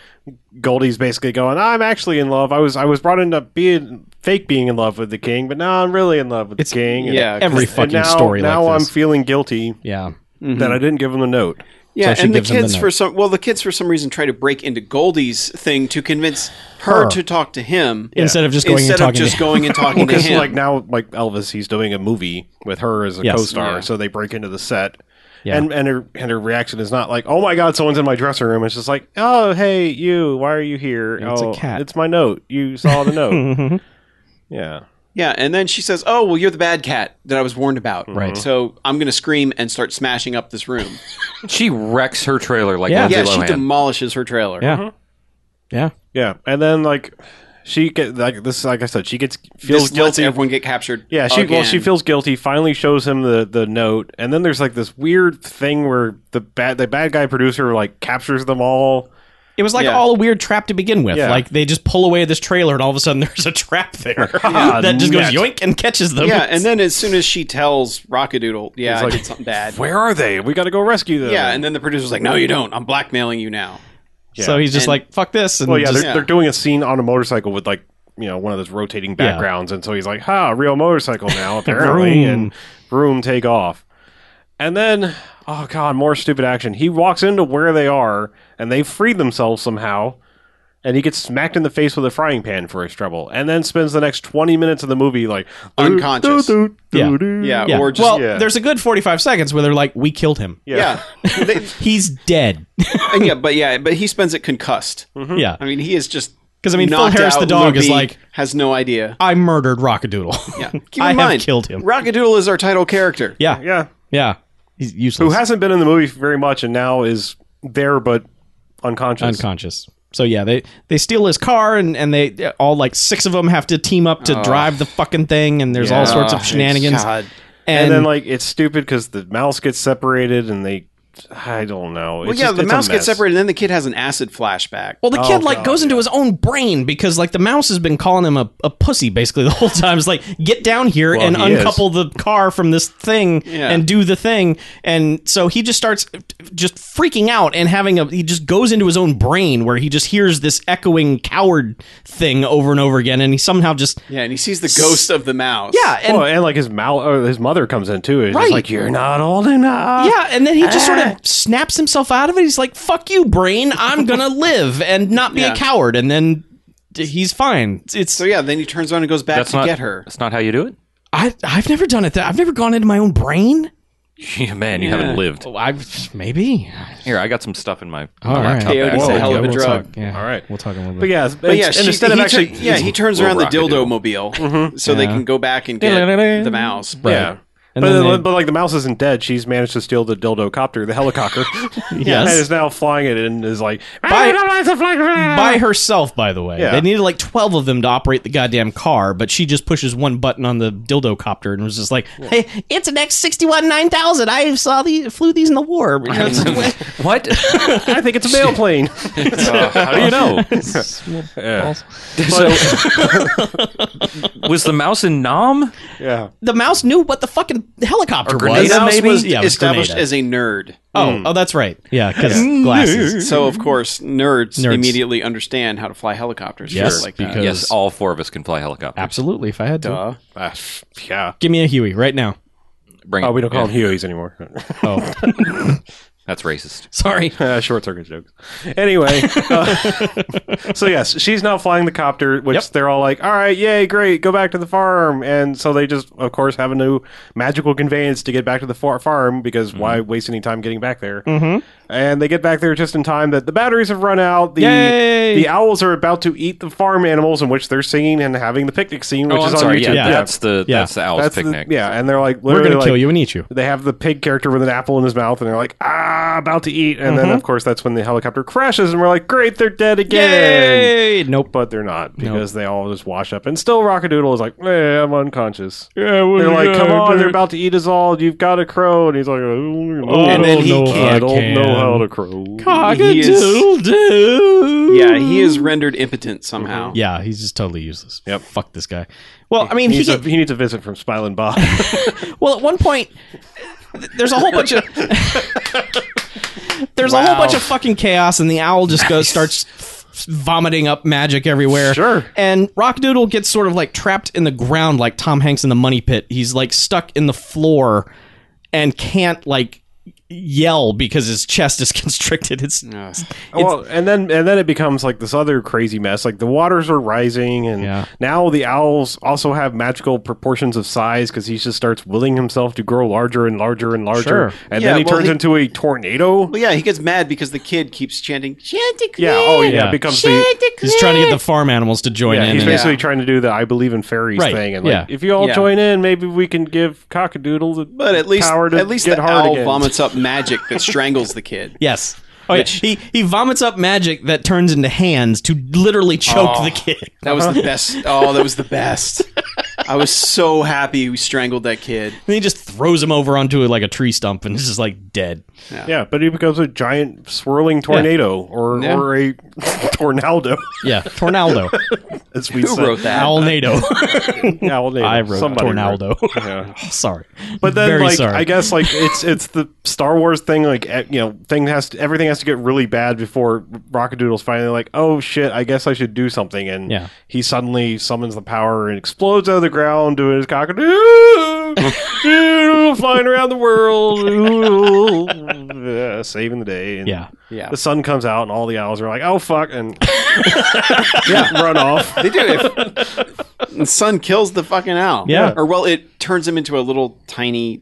Goldie's basically going, "I'm actually in love. I was I was brought into being fake being in love with the king, but now I'm really in love with the king." And-
yeah,
every
and
fucking
now,
story.
Now
like
I'm
this.
feeling guilty
yeah.
that I didn't give him the note.
Yeah,
she
and the
gives him the
kids
note.
for some well, the kids for some reason try to break into Goldie's thing to convince her, to talk to him
Instead of just going and
instead
talking to
of just
him.
going and talking to
Because
him.
like now, like Elvis, he's doing a movie with her as a
Yes.
co-star,
Yeah.
so they break into the set.
Yeah.
And and her and her reaction is not like, oh my god, someone's in my dressing room. It's just like, oh hey, you, why are you here?
it's a
oh,
cat."
It's my note. You saw the note. yeah.
yeah, and then she says, "Oh, well, you're the bad cat that I was warned about.
Mm-hmm.
Right. So I'm going to scream and start smashing up this room.
She wrecks her trailer like
Yeah.
Lindsay
yeah, she
Lohan.
demolishes her trailer.
Yeah. Yeah.
Yeah. And then like she get like this like I said, she gets feels
This lets
guilty.
everyone get captured.
yeah, she well she
again.
feels guilty, finally shows him the the note, and then there's like this weird thing where the bad the bad guy producer like captures them all.
It was like
Yeah.
all a weird trap to begin with.
Yeah.
Like they just pull away this trailer, and all of a sudden there's a trap there that just
Net.
goes yoink and catches them.
Yeah, and then as soon as she tells Rockadoodle, "Yeah, I
like,
did something bad."
Where are they? We gotta go rescue them.
Yeah, and then the producer's like, "No, you don't. I'm blackmailing you now."
so he's just
And-
like fuck this. And
Well, yeah,
just-
they're,
Yeah.
they're doing a scene on a motorcycle with like you know one of those rotating
Yeah.
backgrounds, and so he's like, "Ha, real motorcycle now apparently," and room take off. And then, oh god, more stupid action. He walks into where they are, and they freed themselves somehow, and he gets smacked in the face with a frying pan for his trouble, and then spends the next twenty minutes of the movie like
Unconscious.
Yeah.
Yeah,
Yeah.
or just
well,
yeah.
there's a good 45 seconds where they're like, "We killed him.
yeah, They-
He's dead."
and yeah, but yeah, but he spends it concussed.
yeah,
I mean, he is just
Mm-hmm. 'Cause, I mean, Phil
knocked
Harris the
out,
dog is
loopy,
like-
has no idea.
I murdered Rockadoodle.
Yeah, keep in
I have
mind,
killed him.
Rockadoodle is our title character.
yeah,
yeah,
yeah. He's useless.
who hasn't been in the movie very much, and now is there but unconscious.
unconscious. So yeah, they they steal his car and and they all like six of them have to team up to drive the fucking thing and there's all sorts of shenanigans.
God.
And,
and, then like it's stupid because the mouse gets separated and they i don't know
Well, yeah, the mouse gets separated, and then the kid has an acid flashback.
well, the kid like
Oh, God,
goes into his own brain because like the mouse has been calling him a, a pussy basically the whole time. It's like get down here and
he is.
uncouple the car from this thing
Yeah.
and do the thing. And so he just starts just freaking out and having a he just goes into his own brain where he just hears this echoing coward thing over and over again and he somehow just
yeah, and he sees the ghost of the mouse.
yeah and
and, and like his mouth or his mother comes in too it's
Right.
just like you're not old enough
Yeah, and then he just sort
Ah.
of snaps himself out of it. He's like, "Fuck you, brain! I'm gonna live and not be
Yeah.
a coward." And then d- he's fine. It's
So yeah, then he turns around and goes back
that's
to
not
get her.
That's not how you do it.
I I've never done it. That I've never gone into my own brain.
Yeah, man, you haven't lived.
I maybe.
Here, I got some stuff in my, my
All right.
laptop.
Yeah,
bag.
it's a
Whoa.
hell of a
we'll
drug.
talk. Yeah.
all right
we'll talk a little bit.
but yeah, it's-
But yeah,
and
she-
instead
he
of
tur-
actually
yeah, he turns around the
Rockadoodle.
dildo mobile, so they can go back and get the mouse. But
yeah
And
but,
then
then-
they-
but like the mouse isn't dead she's managed to steal the dildo copter the helicopter
Yes.
and is now flying it and is like "Ah,
by herself, by the way.
Yeah.
They needed like 12 of them to operate the goddamn car, but she just pushes one button on the dildo copter and was just like, hey, it's an X61 9000. I saw the flew these in the war. You know, it's like,
What?
i think it's a mail plane
Uh, how do you know?
yeah.
so, was the mouse in Nom?
yeah
the mouse knew what the fucking helicopter
the
was.
mouse was
Yeah, it was
established
Grenada.
as a nerd.
oh, oh, that's right. Yeah, because glasses.
So of course, nerds,
Nerds.
immediately understand how to fly helicopters.
Yes,
Sure, like that.
because-
Yes, all four of us can fly helicopter.
Absolutely, if I had to.
Duh.
Ah, yeah
Give me a Huey right now.
Bring
oh
it.
we don't call
Yeah,
them hueys anymore
Oh,
That's racist.
sorry.
Uh, short circuit jokes. Anyway, uh, so yes, she's now flying the copter, which
Yep.
they're all like, "All right, yay, great, go back to the farm." And so they just, of course, have a new magical conveyance to get back to the far- farm because why
Mm-hmm.
waste any time getting back there? Mm-hmm. And they get back there just in time that the batteries have run out. The
Yay!
the owls are about to eat the farm animals, in which they're singing and having the picnic scene, which
oh,
is
I'm
on
sorry.
YouTube.
Yeah, that's the
Yeah.
that's the owl's
That's the-
picnic.
yeah, and they're like,
We're
literally
going to
like,
kill you and eat you.
they have the pig character with an apple in his mouth, and they're like,
Mm-hmm.
ah, about to eat. And then, of course, that's when the helicopter crashes, and we're like, great, they're dead again.
Yay! Nope.
but they're not because they all just wash up. And still, Rockadoodle is like, eh, I'm unconscious.
Yeah, well,
They're like, come on, they're about to eat us all. You've got a crow. And he's like, oh,
And then he
I
can't.
don't know how to crow.
He is-
doo.
Yeah, he is rendered impotent somehow.
Mm-hmm. Yeah, he's just totally useless.
Yep.
Fuck this guy. Well, I mean,
He
he,
needs, a,
get-
he needs a visit from Smiling Bob.
well at one point th- there's a whole bunch of there's a whole bunch of fucking chaos, and the owl just goes starts f- f- vomiting up magic everywhere.
Sure.
And Rockdoodle gets sort of like trapped in the ground, like Tom Hanks in the Money Pit. He's like stuck in the floor and can't like yell because his chest is constricted. It's
well, and then and then it becomes like this other crazy mess. Like the waters are rising, and
Yeah.
now the owls also have magical proportions of size because he just starts willing himself to grow larger and larger and larger,
Sure.
and
Yeah,
then he
well,
turns
he-
into a tornado.
Well, yeah, he gets mad because the kid keeps chanting,
yeah, oh yeah,
Yeah.
it becomes the
Chanticleer.
he's trying to get the farm animals to join
Yeah,
in.
he's
and-
basically trying to do the "I believe in fairies"
Right,
thing, and like,
yeah.
if you all
Yeah.
join in, maybe we can give Cockadoodle the
but at least
power to
at least
get
the
hard
owl
again.
vomits up magic that strangles the kid.
Yes. Oh, yeah. He he vomits up magic that turns into hands to literally choke
Oh.
the kid.
That was the best. Oh, that was the best. I was so happy we strangled that kid.
And he just throws him over onto like a tree stump and is just like dead.
Yeah, but he becomes a giant swirling tornado or
Yeah.
or a tornado,
Yeah, Tornado,
as we
Who
say.
wrote that?
Alnado.
Tornado.
I wrote
Somebody
Tornado.
wrote- Yeah.
sorry,
But then,
Very
like,
sorry.
I guess, like, it's it's the Star Wars thing. Like, eh, you know, thing has to, everything has to get really bad before Rockadoodle's finally like, oh shit, I guess I should do something. And
Yeah.
he suddenly summons the power and explodes out of the ground, doing his cockadoo, flying around the world, Yeah, saving the day. And
Yeah.
Yeah.
The sun comes out, and all the owls are like, oh fuck, and yeah, run off.
They do it. the sun kills the fucking owl.
Yeah.
Or well, it turns him into a little tiny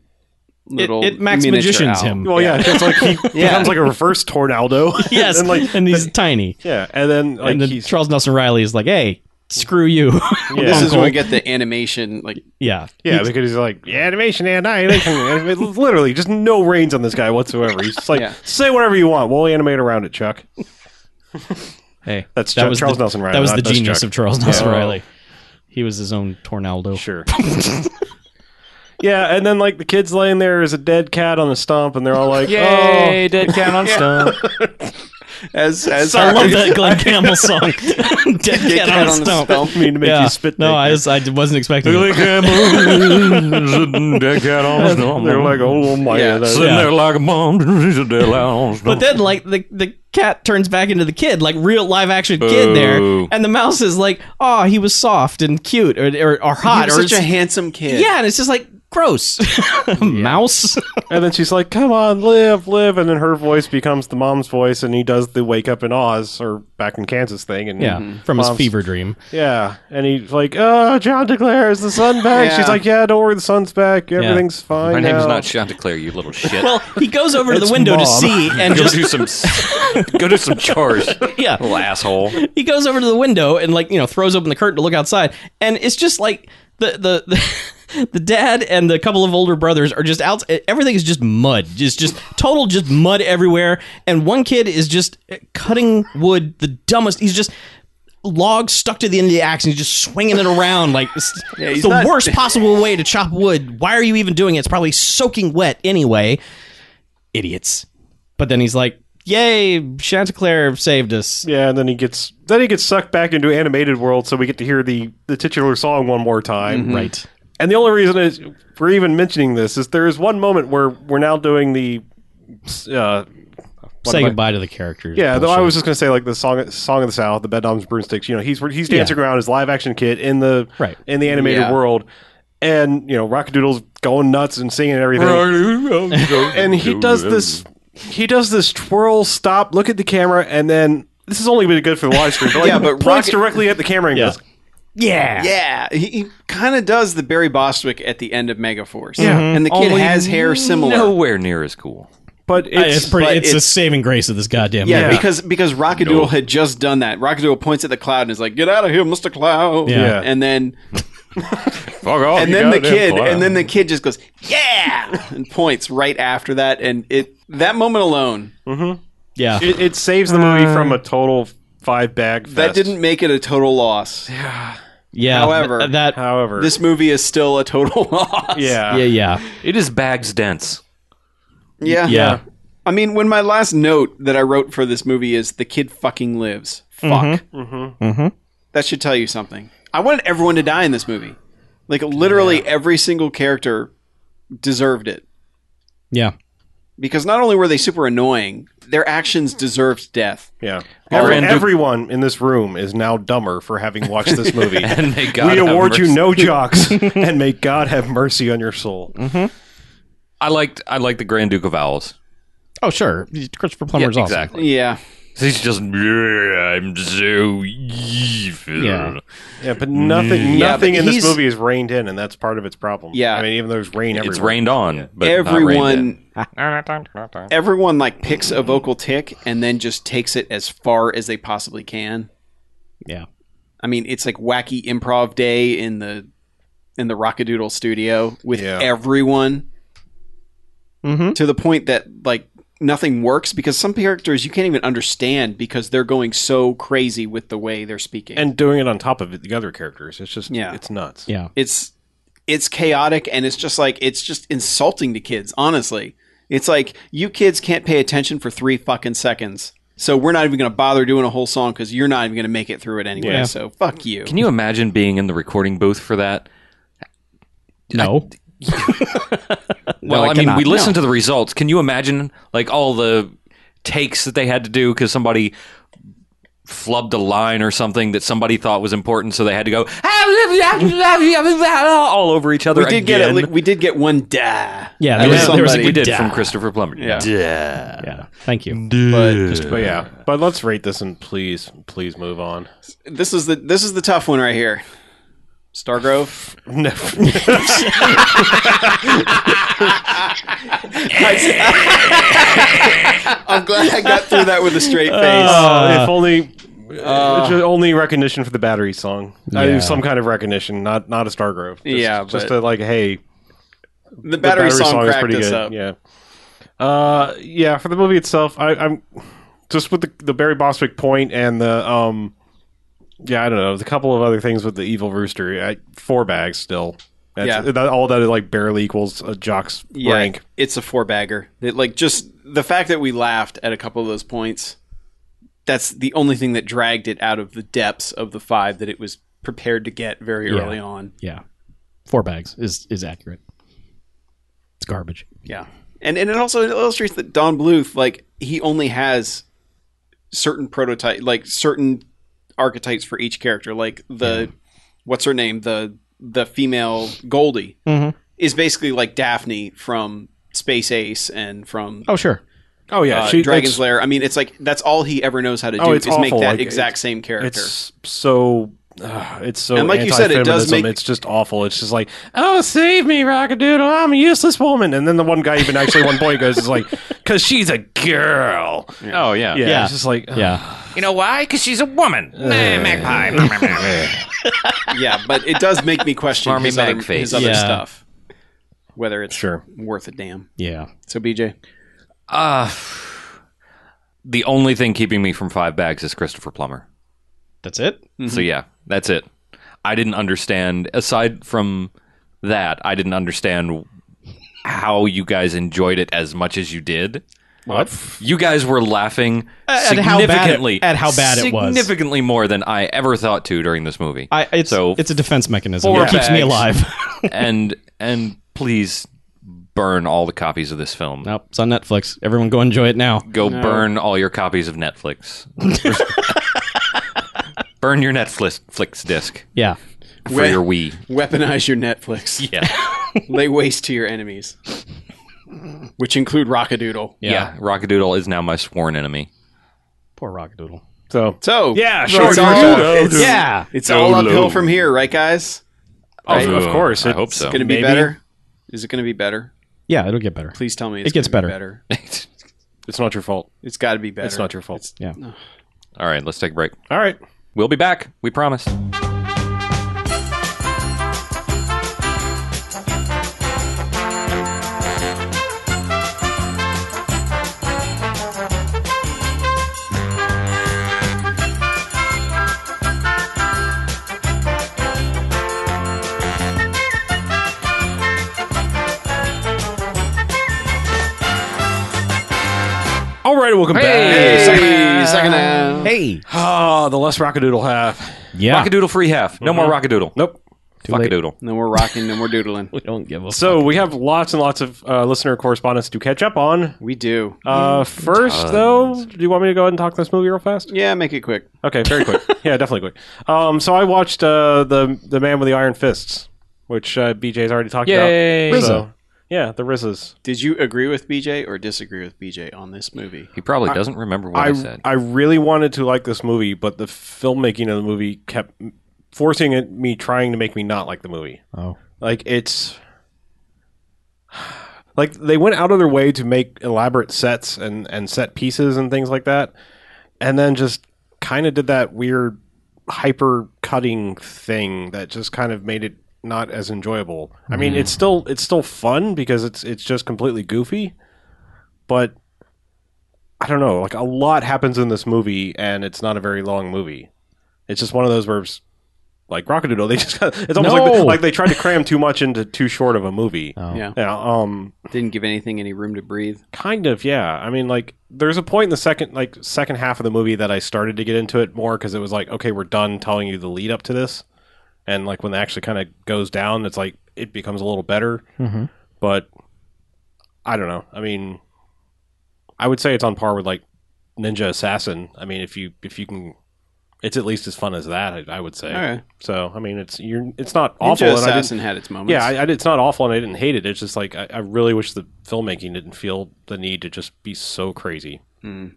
it,
little.
it Max
miniature
magicians
owl.
him.
Well, yeah, it's like he becomes like a reverse tornado.
yes,
and
and,
like,
he's tiny.
yeah, and then like
and then
he's
Charles Nelson Riley is like, "Hey, screw you."
yeah.
This is when we
Uncle.
get the animation. Like
yeah,
Yeah, because he's like "Yeah, animation and animation. and it's Literally, just no reins on this guy whatsoever. He's just like,
Yeah.
say whatever you want. We'll animate around it, Chuck.
Hey,
That's
that
Ch-
was
Charles
the,
Nelson Riley,
That was
not-
the
that's
genius
Chuck.
of Charles Nelson
Yeah.
Riley. He was his own Tornado.
Sure. yeah, and then like the kid's laying there is a dead cat on a stump, and they're all like, "Oh,
Yay, dead cat on stump.
oh. as as
I love that Glenn Campbell song. Dead cat on a
on the
stump.
stump.
"Oh, mean to make
Yeah.
you spit."
no, I,
naked."
was, I wasn't expecting it.
dead cat on
They're like, "Oh my
Yeah.
god." that's-
Sitting there like a bomb. He's a dead cat on stump.
But then, like the the cat turns back into the kid, like real live action kid there,
Boo.
and the mouse is like, "Oh, he was soft and cute, or or, or
He
hot,
was
or
such a
it's-
handsome kid.
yeah," and it's just like gross mouse.
And then she's like, "Come on, live, live," and then her voice becomes the mom's voice, and he does the "Wake Up in Oz" or "Back in Kansas" thing, and
Mm-hmm.
Mm-hmm.
from his
Mom's-
fever dream.
Yeah, and he's like, "Oh, John declares the sun back?"
Yeah.
She's like, "Yeah, don't worry, the sun's back. Everything's fine."
My name's
now."
not Chanticleer, you little shit.
Well, he goes over to the window to
Mom.
see, and
go
just
do some, go do some chores,
yeah,
little asshole.
he goes over to the window and like you know throws open the curtain to look outside and it's just like the the the, the dad and the couple of older brothers are just out everything is just mud just just total just mud everywhere and one kid is just cutting wood the dumbest he's just log stuck to the end of the axe and he's just swinging it around like it's,
Yeah,
it's
he's
the
not-
worst possible way to chop wood why are you even doing it it's probably soaking wet anyway idiots but then he's like yay chanticleer saved us
Yeah, and then he gets then he gets sucked back into animated world, so we get to hear the the titular song one more time.
Mm-hmm.
right
And the only reason is we're even mentioning this is there is one moment where we're now doing the. Uh,
say goodbye to the characters.
yeah, though I
Bullshit.
was just gonna say like the song, song of the South, the Bedknobs and Broomsticks. You know, he's he's dancing around his live action kid in the
Right.
in the animated
Yeah.
world, and you know, Rockadoodle's going nuts and singing and everything. and
and
he does this he does this twirl stop look at the camera and then this is only really good for the live stream but like
Yeah, but
points
Rocket-
directly at the camera and goes
yeah.
Yeah, he, he kind of does the Barry Bostwick at the end of Megaforce.
Yeah.
and the kid
Only
has hair similar.
Nowhere near as cool.
but
It's,
it's,
pretty.
but
It's, a
it's-
saving grace of this goddamn.
Yeah,
movie.
because because Rockadoodle had just done that. Rockadoodle points at the cloud and is like, "Get out of here, Mister Cloud!"
Yeah.
Yeah.
and then
Fuck off.
and then the kid and then the kid just goes, "Yeah!" and points right after that. And it that moment alone,
yeah.
it, it saves the movie from a total five bag fest.
That didn't make it a total loss.
Yeah.
However-
th- that.
However, uh,
This movie is still a total loss.
yeah,
yeah, yeah,
It is bags dense.
Yeah.
yeah.
I mean, when my last note that I wrote for this movie is the kid fucking lives. Fuck. Mm-hmm. That should tell you something. I wanted everyone to die in this movie. Like literally every single character deserved it
Yeah.
because not only were they super annoying, their actions deserved death.
yeah.
Or
Every-
Andrew-
everyone in this room is now dumber for having watched this movie.
And they got
we award you no jocks, and may God have mercy on your soul.
Mm.
I liked I liked the Grand Duke of Owls.
Oh, sure. Christopher Plummer's
Yeah,
awesome.
exactly.
Yeah.
He's just "Yeah, I'm so evil.
Yeah.
Yeah, but nothing,
Yeah,
nothing
but
in this
he's-
movie is rained in, and that's part of its problem.
Yeah.
I mean, even though there's rain everywhere,
It's rained on, but not rained in.
everyone everyone like picks a vocal tick and then just takes it as far as they possibly can.
Yeah.
I mean, it's like wacky improv day in the in the Rockadoodle studio with
Yeah.
everyone
Mhm.
to the point that like nothing works because some characters you can't even understand because they're going so crazy with the way they're speaking.
and doing it on top of the other characters. It's just,
Yeah.
it's nuts.
Yeah.
it's it's chaotic and it's just like it's just insulting to kids honestly it's like you kids can't pay attention for three fucking seconds so we're not even going to bother doing a whole song because you're not even going to make it through it anyway
Yeah.
so fuck you
Can you imagine being in the recording booth for that?
No.
well, I, mean,
cannot.
we listened to the results. Can you imagine like all the takes that they had to do because somebody flubbed a line or something that somebody thought was important, so they had to go all over each other.
we did get at
again?
le- we did get one da
Yeah,
That
there
was
was- there was a
somebody.
we did
Duh.
from Christopher Plummer.
Yeah.
yeah. Uh, Thank you.
But yeah, but let's rate this and please, please move on.
this is the this is the tough one right here stargrove
No.
i'm glad i got through that with a straight face
Uh, if only uh, ju- only recognition for the battery song. I
Yeah.
some kind of recognition, not not a Stargrove. Just,
Yeah,
just
but-
to like, hey,
the, battery song, cracked us up
Yeah, uh, yeah. For the movie itself, I, I'm just with the, the Barry Bostwick point and the um, yeah, I don't know, the couple of other things with the evil rooster. I, four bags still. That's,
Yeah.
that, all that is like barely equals a jock's
yeah,
rank.
It's a four bagger. It, like just the fact that we laughed at a couple of those points, that's the only thing that dragged it out of the depths of the five that it was prepared to get very
Yeah.
early on.
Yeah. Four bags is is accurate. It's garbage.
Yeah. And and it also illustrates that Don Bluth, like, he only has certain prototype like certain archetypes for each character. Like the what's her name? The the female Goldie is basically like Daphne from Space Ace and from
Oh, sure.
Oh yeah,
uh,
she-
Dragon's
it's-
Lair. I mean, it's like that's all he ever knows how to do
Oh,
is
it's
make
awful.
that
Like,
exact
it's-
same character.
It's so. Uh, it's so
And like you said, it does
anti-feminism.
make-
It's just awful. It's just like, oh, save me, Rockadoodle. I'm a useless woman. And then the one guy even actually one boy goes is like, because she's a girl.
Oh yeah.
Yeah,
Yeah.
it's just like,
Yeah.
You know why? Because she's a woman. Nah, magpie.
yeah, but it does make me question
Smarmy
his other,
Magface.
his other
Yeah.
stuff, whether it's
Sure.
worth a damn.
Yeah.
So, BJ,
Uh, the only thing keeping me from five bags is Christopher Plummer.
That's it.
So yeah, that's it. I didn't understand. Aside from that, I didn't understand how you guys enjoyed it as much as you did.
What?
You guys were laughing
At- at how bad it-
significantly
at how bad it was.
significantly more than I ever thought to during this movie.
I it's
So-
it's a defense mechanism.
Four
It keeps me
bags.
alive.
and and please burn all the copies of this film.
nope. It's on Netflix. Everyone go enjoy it now.
Go burn all your copies of Netflix. burn your Netflix flicks disc
Yeah.
for
Well-
your Wii.
weaponize your Netflix.
Yeah.
Lay waste to your enemies, which include Rockadoodle.
yeah. Rockadoodle is now my sworn enemy.
Poor Rockadoodle.
So,
So,
yeah,
it's
sure.
all- it's-
Yeah.
It's all uphill from here, right, guys?
Of- of course,
I
it's
hope so.
Going to be
Oh, Maybe.
better. Is it going to be better?
Yeah, it'll get better.
Please tell me.
It gets
gonna be
better.
It's not your fault.
It's got to be better.
It's not your fault.
Yeah.
all right, let's take a break.
All right.
We'll be back. We promise.
right, welcome
Hey,
back.
second- second half.
Hey.
Ah, the less rockadoodle half.
Yeah.
Rockadoodle free half. No more rockadoodle.
Nope.
Fuckadoodle.
And then we're rocking and we're doodling.
We don't give a fuck.
So we have lots and lots of uh, listener correspondence to catch up on.
We do.
Uh, first, though, do you want me to go ahead and talk this movie real fast?
Yeah, make it quick.
Okay, very quick. yeah, definitely quick. Um, so I watched uh, the the Man with the Iron Fists, which uh, BJ's already talked
Yay.
about.
Rizzo.
So, yeah, the Rizzas.
Did you agree with BJ or disagree with BJ on this movie?
He probably doesn't remember what I,
I
said.
I really wanted to like this movie, but the filmmaking of the movie kept m- forcing it, me trying to make me not like the movie.
Oh.
like it's like they went out of their way to make elaborate sets and and set pieces and things like that, and then just kind of did that weird hyper cutting thing that just kind of made it not as enjoyable. I mean, it's still it's still fun because it's it's just completely goofy, but I don't know, like a lot happens in this movie, and it's not a very long movie. It's just one of those where, it's like Rockadoodle, they just got, it's almost like,
No.
they, like they tried to cram too much into too short of a movie.
Yeah.
Yeah, um,
Didn't give anything any room to breathe.
kind of, yeah. I mean, like there's a point in the second, like second half of the movie that I started to get into it more because it was like, okay, we're done telling you the lead up to this, and like when it actually kind of goes down, it's like it becomes a little better.
Mhm.
But I don't know. I mean, I would say it's on par with like Ninja Assassin. I mean, if you if you can, it's at least as fun as that. I, I would say.
Okay.
So I mean, it's you're it's not awful.
Ninja
and I didn't-
Assassin had its moments.
yeah, I, I, it's not awful, and I didn't hate it. It's just like I, I really wish the filmmaking didn't feel the need to just be so crazy.
Mm,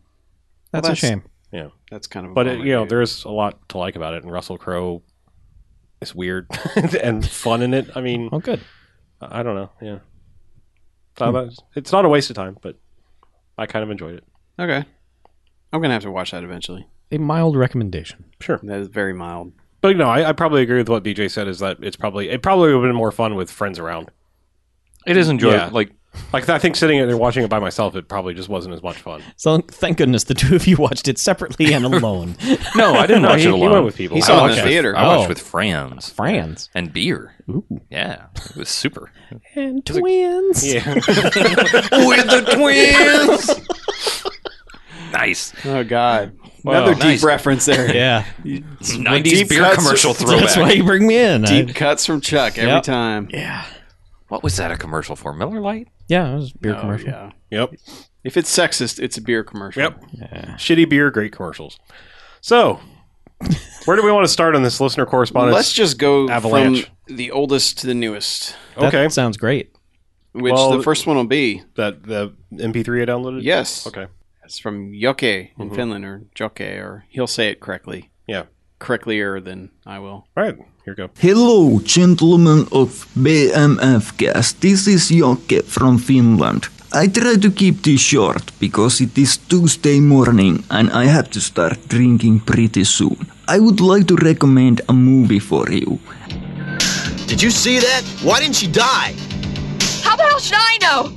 that's,
Well,
a
that's-
shame.
Yeah,
that's kind of. A
but it,
bummer,
you know,
dude.
there is a lot to like about it, and Russell Crowe is weird and fun in it. I mean,
Oh, good.
I don't know. Yeah, So that's- it's not a waste of time, but I kind of enjoyed it.
Okay. I'm gonna have to watch that eventually.
A mild recommendation.
Sure,
That is very mild.
but no, I, I probably agree with what BJ said. Is that it's probably it probably would have been more fun with friends around.
it is enjoyable.
yeah.
Like
Like I think sitting there watching it by myself, it probably just wasn't as much fun.
So thank goodness the two of you watched it separately and alone.
no, I didn't
No,
watch
he-
it
he
alone.
went with people.
He
I
saw it in
watched
the
it.
theater.
I watched
Oh.
with friends.
Friends.
and beer.
Ooh.
Yeah, it was super.
And twins.
Yeah.
with the twins. nice.
Oh God!
Wow.
Another deep
Nice.
reference there.
Yeah.
90s
deep
beer
cuts.
commercial throwback.
That's why you bring me in. I-
Deep cuts from Chuck every
Yep.
time.
yeah.
What was that a commercial for? Miller Lite?
Yeah, it was a beer
Oh,
commercial.
yeah.
Yep.
If it's sexist, it's a beer commercial.
Yep. Shitty beer, great commercials. So, where do we want to start on this listener correspondence?
Let's just go
Avalanche.
from the oldest to the newest,
That
okay.
sounds great.
which
Well-
the first one will be.
That the MP3 I downloaded.
Yes.
Okay.
It's from Joke in Finland, or Joke, or he'll say it correctly,
Yeah.
correctlier than I will.
All right. Here we go.
Hello, gentlemen of BMF Cast. This is Jokke from Finland. I try to keep this short because it is Tuesday morning and I have to start drinking pretty soon. I would like to recommend a movie for you.
Did you see that? Why didn't she die?
How the hell should I know?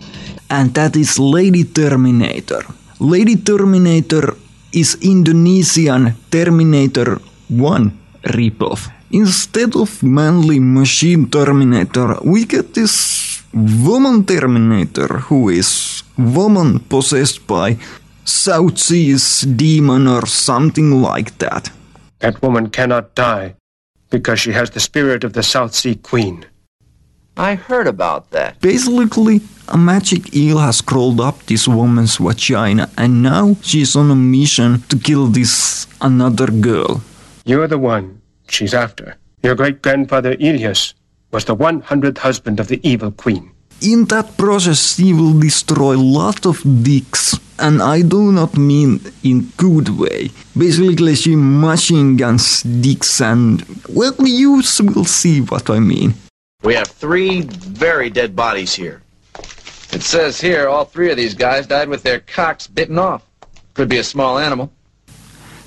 and that is Lady Terminator. Lady Terminator is Indonesian Terminator 1 ripoff. Instead of manly machine Terminator, we get this woman Terminator who is woman possessed by South Seas demon or something like that.
That woman cannot die because she has the spirit of the South Sea Queen.
I heard about that.
Basically, a magic eel has crawled up this woman's vagina, and now she's on a mission to kill this another girl.
You're the one she's after. Your great grandfather Ilias was the 100th husband of the evil queen.
In that process, she will destroy lot of dicks, and I do not mean in good way. Basically, she machine guns dicks, and well, you s- will see what I mean.
We have three very dead bodies here. It says here all three of these guys died with their cocks bitten off. Could be a small animal.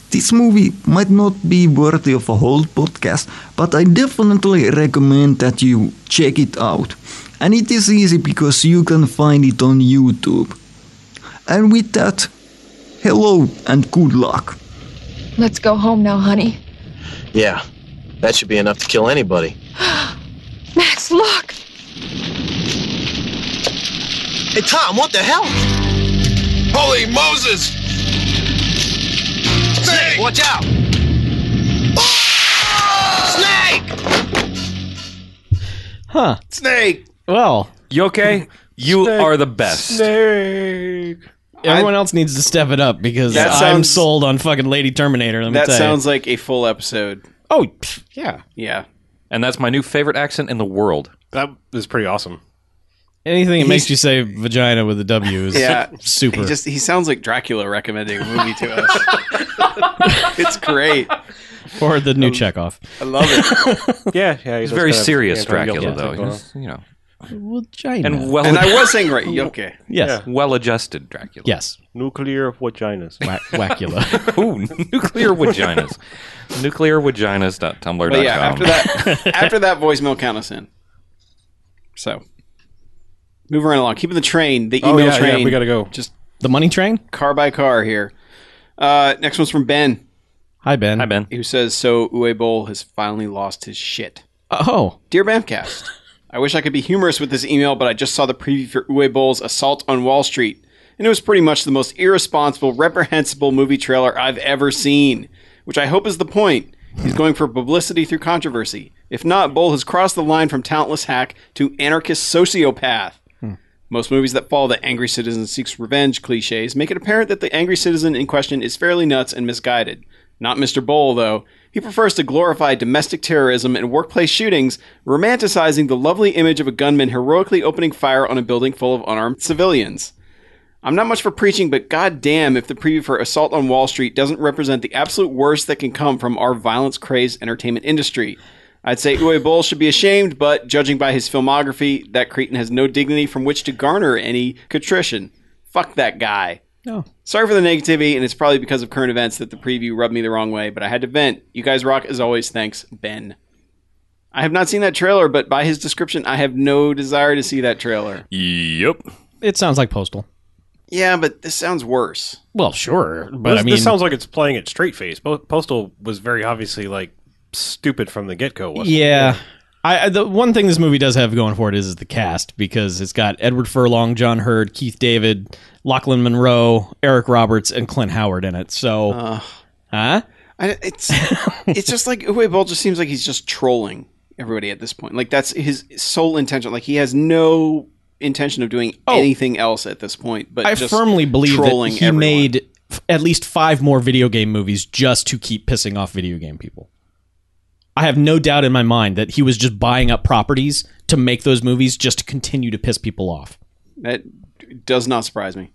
This movie might not be worthy of a whole podcast, but I definitely recommend that you check it out. And it is easy because you can find it on YouTube. And with that, hello and good luck.
Let's go home now, honey.
Yeah, that should be enough to kill anybody.
Max, look!
Hey, Tom, what the hell? Holy Moses! Snake! Watch out! Snake!
Huh.
Snake!
Well.
You okay? You are the best.
Snake.
Everyone else needs to step it up because
That
I'm
sounds-
sold on fucking Lady Terminator. Let me
That
tell
sounds like a full episode.
Oh, yeah.
Yeah.
And that's my new favorite accent in the world.
That is pretty awesome.
you. Anything that
He's-
makes you say vagina with a W is
Yeah.
super.
He just he sounds like Dracula recommending a movie to us. it's great.
or the new Chekhov.
I love it.
yeah, yeah.
He's very serious, Dracula, though.
Uh-huh.
He's, you know, and well.
And I was saying right. Okay.
Yes.
Well-adjusted Dracula.
Yes.
Nuclear vaginas.
Wacula.
Ooh, nuclear vaginas. Nuclearvaginas.tumblr.com.
But yeah, after that, after that voicemail, count us in. So, move right along. Keeping the train, the
Oh,
email
yeah, yeah,
train.
we gotta go.
Just
the money train.
Car by car here. Uh, next one's from Ben,
Hi, Ben. Hi,
Ben.
who says, "So Uwe Boll has finally lost his shit."
Oh.
Dear Bamcast, I wish I could be humorous with this email, but I just saw the preview for Uwe Boll's Assault on Wall Street, and it was pretty much the most irresponsible, reprehensible movie trailer I've ever seen, which I hope is the point. He's going for publicity through controversy. If not, Boll has crossed the line from talentless hack to anarchist sociopath. Most movies that follow the angry citizen seeks revenge cliches make it apparent that the angry citizen in question is fairly nuts and misguided. Not Mr. Bowl, though. He prefers to glorify domestic terrorism and workplace shootings, romanticizing the lovely image of a gunman heroically opening fire on a building full of unarmed civilians. I'm not much for preaching, but goddamn if the preview for Assault on Wall Street doesn't represent the absolute worst that can come from our violence crazed entertainment industry. I'd say Uwe Boll should be ashamed, but judging by his filmography, that cretin has no dignity from which to garner any contrition. Fuck that guy.
No.
Sorry for the negativity, and it's probably because of current events that the preview rubbed me the wrong way, but I had to vent. You guys rock as always. Thanks, Ben. I have not seen that trailer, but by his description, I have no desire to see that trailer.
Yep.
It sounds like Postal.
Yeah, but this sounds worse.
Well, sure, but
this,
I mean,
this sounds like it's playing it straight face. Bo- Postal was very obviously like stupid from the get go.
yeah. I, I- the one thing this movie does have going for it is, is the cast because it's got Edward Furlong, John Hurd, Keith David, Lachlan Monroe, Eric Roberts, and Clint Howard in it. So, huh?
I, it's it's just like Uwe Boll just seems like he's just trolling everybody at this point. Like that's his sole intention. Like he has no intention of doing anything else at this point. But
Oh. I
just
firmly believe that
trolling
he
everyone.
made f- at least five more video game movies just to keep pissing off video game people. I have no doubt in my mind that he was just buying up properties to make those movies just to continue to piss people off.
that does not surprise me.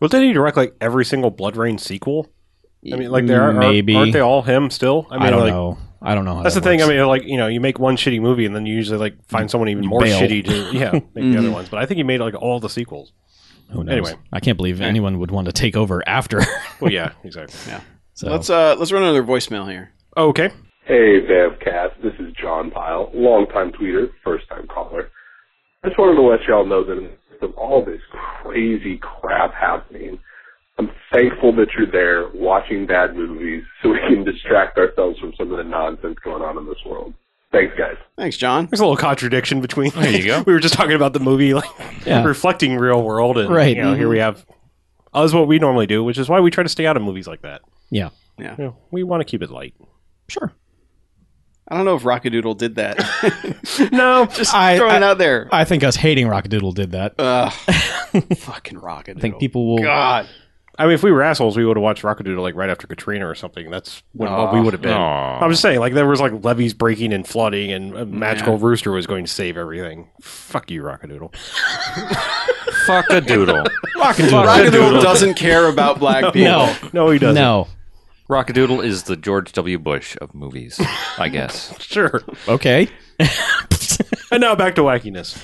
Well, did he direct like every single Blood Rain sequel? I mean, like there are
Maybe.
aren't they all him still? I
I,
mean,
don't
like
know. I don't know. How
that's the
that
thing. I
works.
mean, like you know, you make one shitty movie and then you usually like find someone even more
bail.
shitty to yeah make the other
Mhm.
ones. But I think he made like all the sequels.
Who knows?
Anyway.
I can't believe anyone would want to take over after.
Well, yeah, exactly.
Yeah.
So
Let's uh let's run another voicemail here.
Oh, okay.
Hey, Vamcast. This is John Pyle, longtime tweeter, first time caller. I just wanted to let y'all know that in the midst of all this crazy crap happening, I'm thankful that you're there watching bad movies so we can distract ourselves from some of the nonsense going on in this world. Thanks, guys.
Thanks, John.
There's a little contradiction between.
There you go.
we were just talking about the movie, like
Yeah.
reflecting real world, and
Right.
You know, here we have. Oh, this is what we normally do, which is why we try to stay out of movies like that.
yeah.
Yeah.
You know, we want to keep it light.
Sure.
I don't know if Rockadoodle did that.
no,
just
I-
throwing
I-
it out there.
I think us hating Rockadoodle did that.
Ugh, fucking Rockadoodle.
I think people will.
Oh, God.
I mean, if we were assholes, we would have watched Rockadoodle like right after Katrina or something. That's when what we would have been.
Aw.
I'm just saying, like there was like levees breaking and flooding, and a magical
Yeah.
rooster was going to save everything. Fuck you, Rockadoodle.
Fuck a doodle.
Rockadoodle.
Rockadoodle doesn't care about black people.
No.
No, he doesn't.
No.
Rockadoodle is the George W. Bush of movies, I guess.
Sure.
Okay.
And now back to wackiness.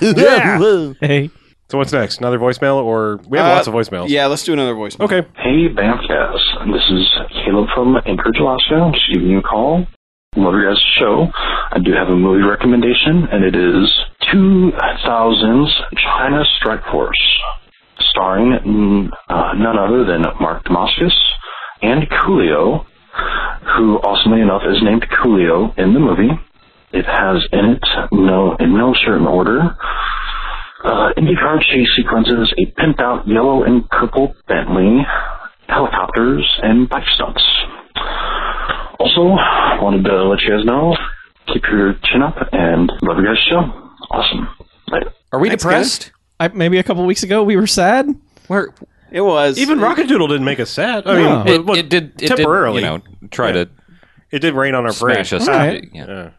yeah.
Hey.
So what's next? Another voicemail, or we have
Uh,
lots of voicemails.
Yeah, let's do another voicemail.
Okay.
Hey, Bamcast. This is Caleb from Anchorage, Alaska. Just giving you a call. Love your guys' show. I do have a movie recommendation, and it is 2000's China Strike Force, starring mm, uh, none other than Mark Damascus and Coolio, who, awesomely enough, is named Coolio in the movie. It has in it, no, in no certain order, uh, IndyCar chase sequences, a pimped out yellow and purple Bentley, helicopters, and bike stunts. Also, wanted to let you guys know, keep your chin up and love you guys' show. Awesome. Later.
Are we
depressed? I, maybe a couple weeks ago we were sad.
Where
it was
even Rockadoodle didn't make us sad. I
No.
mean,
It-
what-
it did- it did,
temporarily.
you know, try to
It did rain on our
smash
brain.
us.
Ah,
Yeah.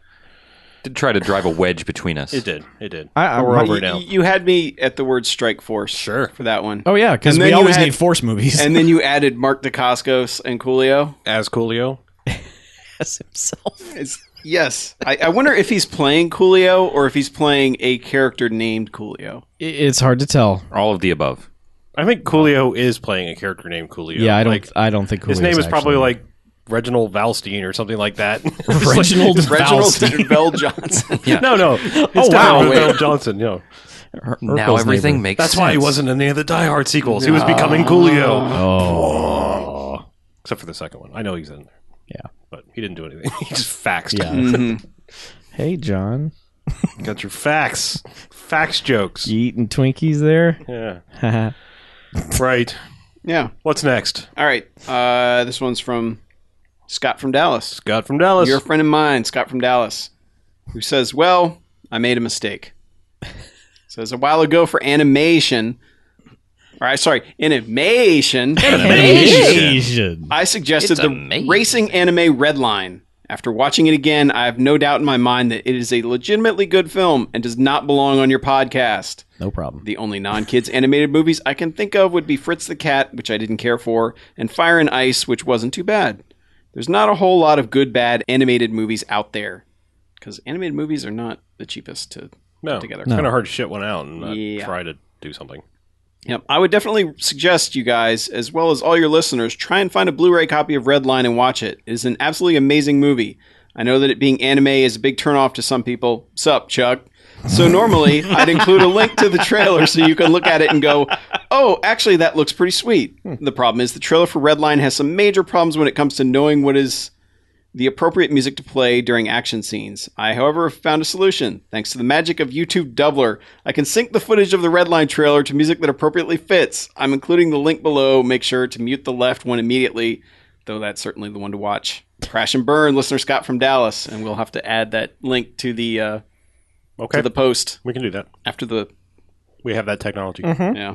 Did try to drive a wedge between us.
It did. It did.
I-
We're
I-
over
you-
now.
You had me at the word Strike Force. Sure. For that one.
Oh, yeah, 'cause
And
we
then you
always need Force movies.
and then you added Mark DeCascos and Coolio.
As Coolio?
As himself.
yes. I, I wonder if he's playing Coolio or if he's playing a character named Coolio.
I- It's hard to tell.
All of the above.
I think Coolio is playing a character named Coolio.
Yeah, I don't.
Like,
I don't think
his
Julio's
name is probably
actually-
like Reginald Valstein or something like that. It's like-
Reginald
Reginald
Valstein.
Bell Johnson.
No, no. oh
not
wow,
Owen.
Reginald Johnson. No.
Now Urkel's everything neighbor. makes
That's why he
sense.
wasn't in any of the Die Hard sequels. He was becoming Coolio. Oh. Except for the second one. I know he's in there.
Yeah.
But he didn't do anything. He just faxed.
Yeah.
Mm-hmm.
Hey, John.
Got your facts. Fax jokes.
You eating Twinkies there? Yeah.
right.
Yeah.
What's next?
All right. Uh, this one's from Scott from Dallas.
Scott from Dallas.
You're a friend of mine, Scott from Dallas, who says, Well, I made a mistake. says, A while ago for animation. All right, sorry, animation. I suggested
It's
the
amazing.
racing anime Red Line. After watching it again, I have no doubt in my mind that it is a legitimately good film and does not belong on your podcast.
No problem.
The only non kids animated movies I can think of would be Fritz the Cat, which I didn't care for, and Fire and Ice, which wasn't too bad. There's not a whole lot of good, bad animated movies out there because animated movies are not the cheapest to
No.
put together.
It's kind of hard to shit one out and not
Yeah.
try to do something.
Yep. I would definitely suggest you guys, as well as all your listeners, try and find a Blu ray copy of Red Line and watch it. It is an absolutely amazing movie. I know that it being anime is a big turnoff to some people. Sup, Chuck? So normally I'd include a link to the trailer so you can look at it and go, oh, actually, that looks pretty sweet. The problem is the trailer for Red Line has some major problems when it comes to knowing what is the appropriate music to play during action scenes. I, however, have found a solution. Thanks to the magic of YouTube Doubler, I can sync the footage of the Redline trailer to music that appropriately fits. I'm including the link below. Make sure to mute the left one immediately, though that's certainly the one to watch. Crash and burn, listener Scott from Dallas, and we'll have to add that link to the uh,
Okay.
to the post
We can do that.
after the
We have that technology.
Mm-hmm. Hmm?
yeah.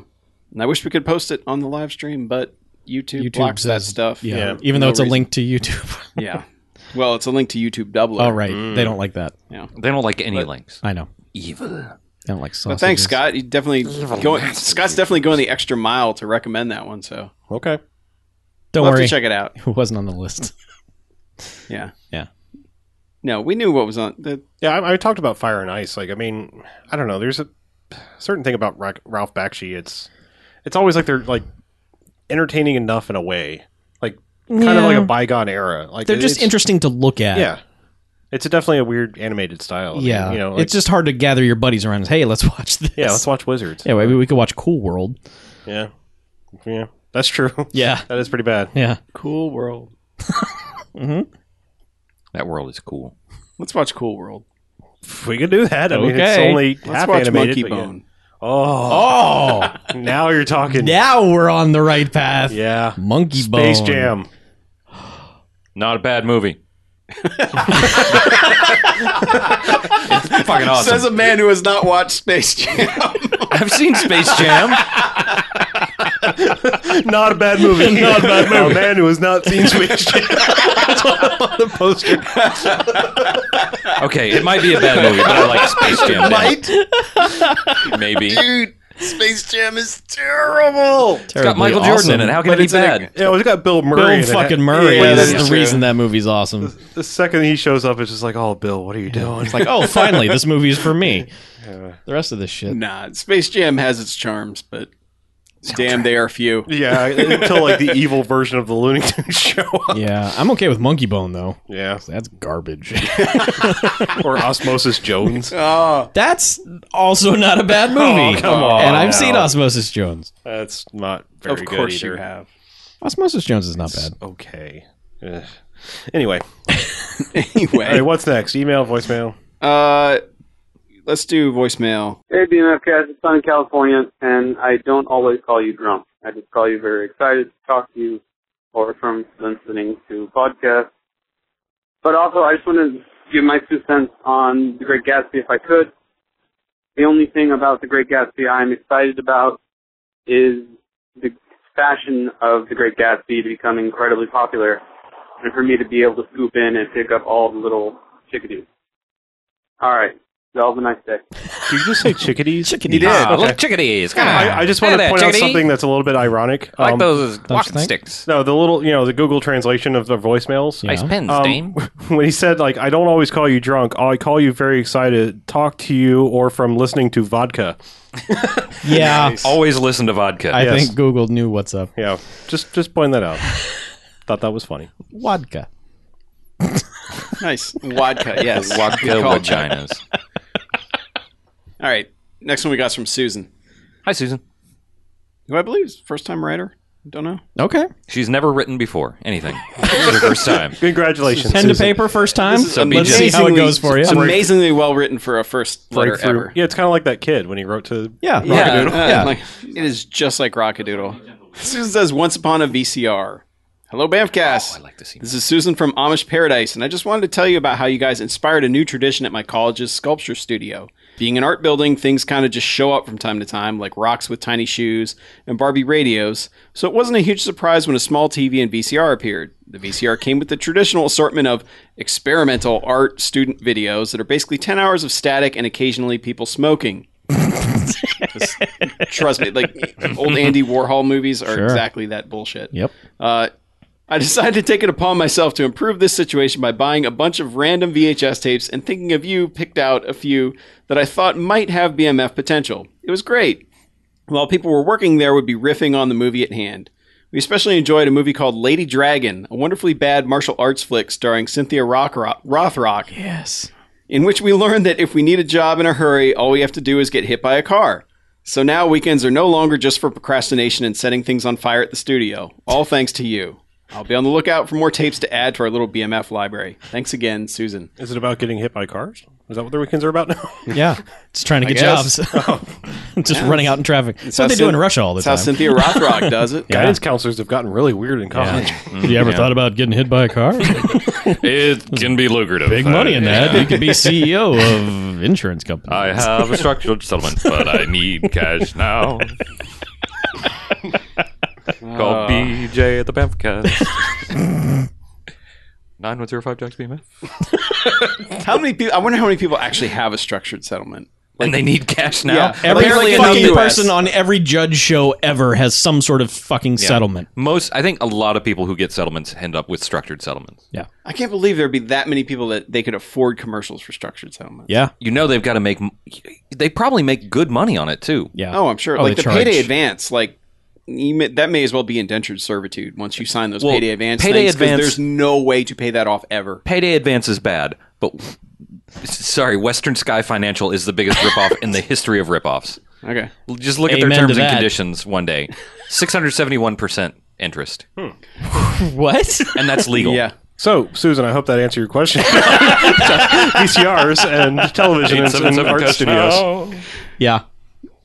And I wish we could post it on the live stream, but YouTube,
YouTube
blocks that
says-
stuff.
Yeah.
for
Even
no
though it's a
reason.
link to YouTube.
yeah. Well, it's a link to YouTube Doubler.
Oh, right. They don't like that.
Yeah.
They don't like any links.
I know.
Evil.
They don't like sausages.
But thanks, Scott. You definitely
Little
going, Scott's definitely going the extra mile to recommend that one. So
Okay.
Don't
we'll
worry.
have to check it out.
It wasn't on the list.
Yeah,
Yeah.
no, we knew what was on. The,
Yeah, I, I talked about Fire and Ice. Like, I mean, I don't know. There's a certain thing about Ra- Ralph Bakshi. It's it's always like they're like entertaining enough in a way, like kind of
Yeah.
like a bygone era. Like
They're just
it's-
interesting to look at.
Yeah, it's definitely a weird animated style. I mean,
Yeah.
you know, like,
it's just hard to gather your buddies around. and say, Hey, let's watch this.
yeah. Let's watch Wizards.
Yeah, maybe we could watch Cool World.
Yeah, yeah. That's true.
Yeah.
that is pretty bad.
Yeah.
cool World.
That world is cool.
Let's watch Cool World.
We could do that. I mean, it's
Okay.
only
Let's
half
watch
animated.
Monkey
but yeah.
Bone.
Oh,
Oh,
now you're talking.
now we're on the right path.
Yeah,
Monkey
Space
Bone.
Jam.
Not a bad movie. it's fucking awesome.
Says a man who has not watched Space Jam.
I've seen Space Jam.
Not a bad movie. not a bad movie. A man who has not seen Space Jam. That's on the poster.
Okay, it might be a bad movie, but I like Space Jam. now. Maybe.
dude. Space Jam is terrible.
It's got Michael Jordan in it. How can
But
it
it's
be
in a-
bad?
yeah, well, it's got Bill
Bill
Murray. in it.
fucking Murray
Yeah,
is
that
the
is
reason that movie's awesome.
The second he shows up, it's just like, oh, Bill, what are you doing?
It's like, oh, finally, this movie is for me. The rest of this shit.
Nah, Space Jam has its charms, but damn, they are few.
yeah, until like the evil version of the Looney Tunes show up.
Yeah, I'm okay with Monkey Bone though.
Yeah,
That's garbage.
or Osmosis Jones.
Oh,
That's also not a bad movie.
Oh, come on
and I've
now.
seen Osmosis Jones.
That's not very
of
good
course
either.
you have.
Osmosis Jones is not bad.
Okay. Ugh. Anyway,
Anyway,
All right, what's next? Email, voicemail.
Uh, Let's do voicemail.
Hey, BMF guys, it's Sun California, and I don't always call you drunk. I just call you very excited to talk to you or from listening to podcasts. But also, I just want to give my two cents on The Great Gatsby if I could. The only thing about The Great Gatsby I'm excited about is the fashion of The Great Gatsby to become incredibly popular and for me to be able to scoop in and pick up all the little chickadees. All right. Y'all have a nice day.
Did you just say chickadees?
Chickadees. He did.
Ah,
Look, chickadees. Come
I,
on.
I just
Hey
want to
there,
point
chickadee.
out something that's a little bit ironic. Um,
I
Um,
like those Don't you walking think?
sticks. No, the little, you know, the Google translation of the voicemails. Um,
Nice
Um,
pens, dame.
When he said, like, I don't always call you drunk. I call you very excited. Talk to you or from listening to vodka.
Yeah.
Always listen to vodka.
I think Google knew what's up.
Yeah. Just just point that out. Thought that was funny.
Vodka.
Nice. Wadka, yes.
Vodka
Good call.
vaginas.
All right. Next one we got is from Susan.
Hi, Susan.
Who I believe is first time writer. Don't know.
Okay.
She's never written before anything. this is her first time.
Congratulations.
Pen to paper first time.
This is
Let's see how it
amazingly-
goes for you.
It's amazingly well written for a first letter
Breakthrough.
ever.
Yeah, it's kind of like that kid when he wrote to
Yeah.
Yeah,
Rockadoodle.
uh, like- it is just like Rockadoodle. Susan says, "Once upon a VCR." Hello, Bamfcast. Oh, I like to see. This is Susan from Amish Paradise, and I just wanted to tell you about how you guys inspired a new tradition at my college's sculpture studio. Being an art building, things kind of just show up from time to time, like rocks with tiny shoes and Barbie radios. So it wasn't a huge surprise when a small TV and VCR appeared. The VCR came with the traditional assortment of experimental art student videos that are basically 10 hours of static and occasionally people smoking. Trust me, like old Andy Warhol movies are
Sure.
exactly that bullshit.
Yep.
Uh, I decided to take it upon myself to improve this situation by buying a bunch of random VHS tapes and thinking of you, picked out a few that I thought might have BMF potential. It was great. While people were working there, would be riffing on the movie at hand. We especially enjoyed a movie called Lady Dragon, a wonderfully bad martial arts flick starring Cynthia Rockro- Rothrock.
Yes.
In which we learned that if we need a job in a hurry, all we have to do is get hit by a car. So now weekends are no longer just for procrastination and setting things on fire at the studio. All thanks to you. I'll be on the lookout for more tapes to add to our little BMF library. Thanks again, Susan.
Is it about getting hit by cars? Is that what their weekends are about now?
Yeah. Just trying to
I
get
guess. Oh.
jobs. Just
Yeah.
running out in traffic.
It's
That's what
how
they do
Cyn-
in Russia all the
it's
time.
how Cynthia Rothrock does it.
Guidance counselors have gotten really weird in college.
Have you ever thought about getting hit by a car?
It can be lucrative.
Big money in that.
Yeah.
You could be CEO of insurance company.
I have a structural settlement, but I need cash now. Call
Uh.
BJ at the Bamfcast. 9105 Jacks BMF.
How many people? I wonder how many people actually have a structured settlement.
and they need cash now.
Yeah,
Every
apparently enough
fucking
US.
person on every judge show ever has some sort of fucking
Yeah.
settlement.
Most, I think, a lot of people who get settlements end up with structured settlements.
I can't believe there'd be that many people that they could afford commercials for structured settlement.
Yeah,
you know they've got to make. m- They probably make good money on it too.
Yeah.
Oh, I'm sure.
Oh,
like
they
the payday
charge.
advance, like you may, that may as well be indentured servitude once you sign those
Well,
payday advance.
payday
things, 'cause
advance-
There's no way to pay that off ever.
Payday advance is bad, but sorry, Western Sky Financial is the biggest ripoff in the history of ripoffs.
Okay.
L- Just look at
Amen
their
to
terms and
that.
conditions one day. Six hundred seventy-one percent interest,
Hmm. What?
and that's legal.
So, Susan, I hope that answered your question. VCRs and television and, and
877
art
touch
studios.
now.
Yeah.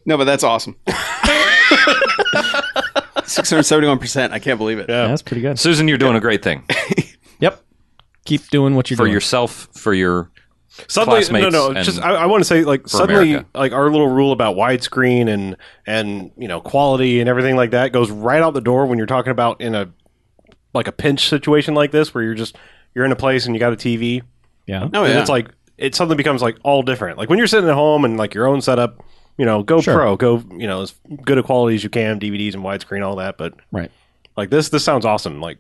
No, but that's awesome. Six hundred seventy-one percent. I can't believe it.
Yeah,
that's pretty good.
Susan, you're doing a great thing
Yep. Keep doing what you're
for
doing.
yourself, for your
Suddenly, no,
classmates.
no.
and-
Just I, I want to say, like,
for
suddenly,
America.
like our little rule about widescreen and and you know quality and everything like that goes right out the door when you're talking about in a like a pinch situation like this where you're just you're in a place and you got a TV.
Yeah.
Oh,
and it's like it suddenly becomes like all different. Like when you're sitting at home and like your own setup, you know, go
Sure.
pro, go you know as good a quality as you can, DVDs and widescreen, all that. But
Right.
like this, this sounds awesome. Like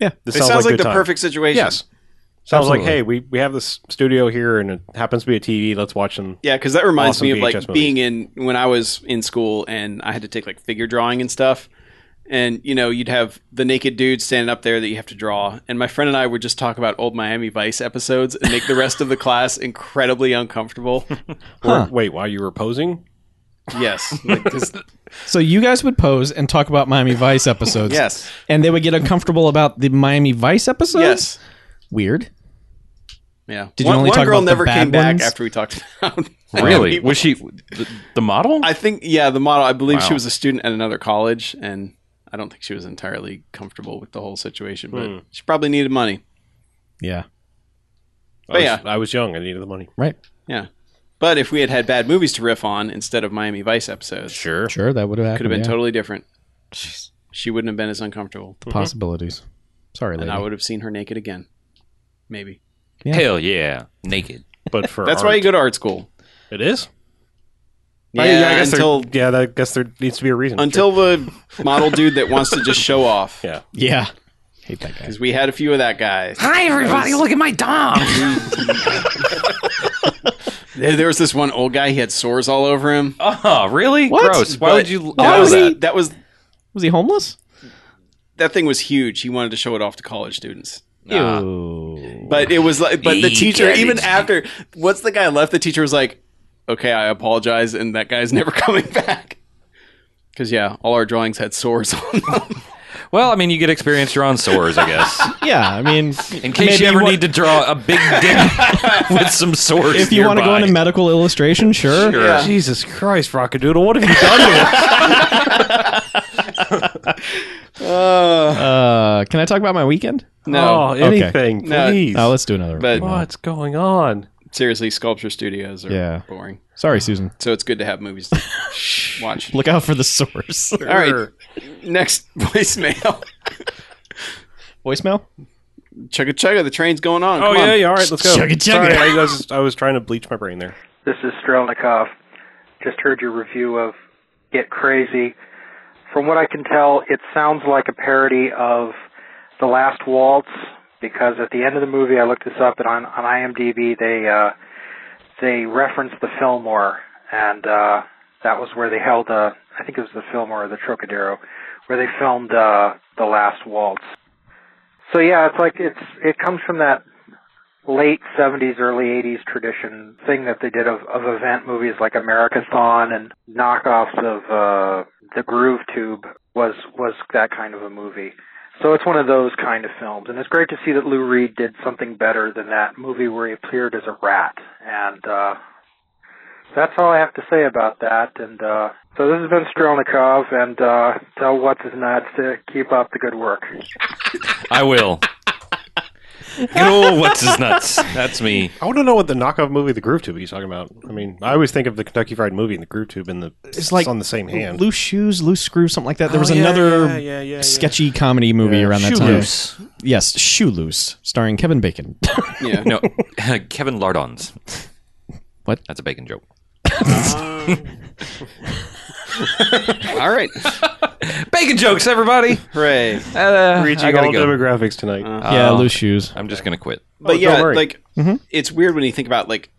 yeah,
this
it sounds, like,
good
the
time.
perfect situation.
Yes. Sounds like
Absolutely.
hey, we we have this studio here and it happens to be a TV. Let's watch them.
Yeah, because that reminds
awesome
me of like
VHS movies.
being in when I was in school and I had to take like figure drawing and stuff. And you know, you'd have the naked dude standing up there that you have to draw. And my friend and I would just talk about old Miami Vice episodes and make the rest of the class incredibly uncomfortable.
Or- Wait, while you were posing?
yes, like, 'cause-
So you guys would pose and talk about Miami Vice episodes.
Yes.
And they would get uncomfortable about the Miami Vice episodes?
Yes.
Weird.
Yeah.
Did you
one,
only
one
talk
girl
about the
never
bad
came back
ones?
after we talked about
Really?
Was she the, the model? I think yeah, the model. I believe she
Wow.
was a student at another college and I don't think she was entirely comfortable with the whole situation, but
Hmm.
she probably needed money.
Yeah.
I
But
was,
yeah.
I was young. I needed the money.
Right.
Yeah. But if we had had bad movies to riff on instead of Miami Vice episodes,
sure.
Sure, that would have
Could have
happened,
been
yeah.
totally different. She wouldn't have been as uncomfortable.
The possibilities. Sorry,
And
lady.
I would have seen her naked again. Maybe.
Yeah.
Hell yeah, naked.
But for
That's why you go to art school.
It is.
Yeah,
I- I guess there-
until
yeah, that- I guess there needs to be a reason.
until the model dude that wants to just show off.
Yeah.
Yeah. Hate that guy.
Because we had a few of that guy.
Hi, everybody. Look at my dog.
There, there was this one old guy. He had sores all over him.
Oh, really?
What?
Gross. Why would you
That
allow
was
that?
that was
Was he homeless?
that thing was huge. He wanted to show it off to college students.
Ah.
But it was like, but the
He
teacher,
got
even
it.
after, once the guy left, the teacher was like, "Okay, I apologize," and that guy's never coming back. Because yeah, all our drawings had sores on them.
Well, I mean, you get experience drawing sores, I guess.
Yeah, I mean,
In case
maybe
you ever
what-
need to draw a big dick with some sores,
if you want to go
nearby.
into medical illustration, sure.
Sure. Yeah.
Jesus Christ, Rockadoodle, what have you done to us?
Uh, can I talk about my weekend?
No.
Oh,
Okay.
anything,
No.
please.
Oh, let's do another.
But-
one.
What's going on?
Seriously, sculpture studios are
Yeah.
boring.
Sorry, Susan.
So it's good to have movies to watch.
Look out for the source.
All right, next voicemail.
Voicemail?
Chugga chugga, the train's going on.
Oh
Come on.
yeah, yeah. All right, let's go.
Chugga chugga.
Sorry, I was I was trying to bleach my brain there.
This is Strelnikov. Just heard your review of Get Crazy. From what I can tell, it sounds like a parody of The Last Waltz because at the end of the movie, I looked this up, and on, on IMDb they uh, they referenced the Fillmore, and uh, that was where they held uh, I think it was the Fillmore or the Trocadero, where they filmed uh, The Last Waltz. So yeah, it's like it's it comes from that late 70s, early 80s tradition thing that they did of, of event movies like Americathon and knockoffs of uh, the Groove Tube was was that kind of a movie. So it's one of those kind of films, and it's great to see that Lou Reed did something better than that movie where he appeared as a rat. And uh, that's all I have to say about that. And uh, so this has been Strelnikov, and uh, tell what's his nuts to keep up the good work.
I will. Good old what's his nuts. That's me.
I want to know what the knockoff movie, the Groove Tube, he's talking about. I mean, I always think of the Kentucky Fried Movie and the Groove Tube, and the it's
like
on the same hand.
Loose shoes, loose screws, something like that. There was
Oh, yeah,
another
yeah, yeah, yeah, yeah.
sketchy comedy movie
Yeah.
around that
Shoe
time.
Loose.
Yes, Shoe Loose, starring Kevin Bacon.
Yeah.
No, Kevin Lardons.
What?
That's a bacon joke.
All right.
Bacon jokes, everybody.
Hooray.
Uh, I
Reaching
gotta
all
go. Uh,
demographics tonight.
yeah, loose shoes.
I'm just gonna quit.
But
Oh, don't
yeah,
worry.
like
Mhm.
it's weird when you think about like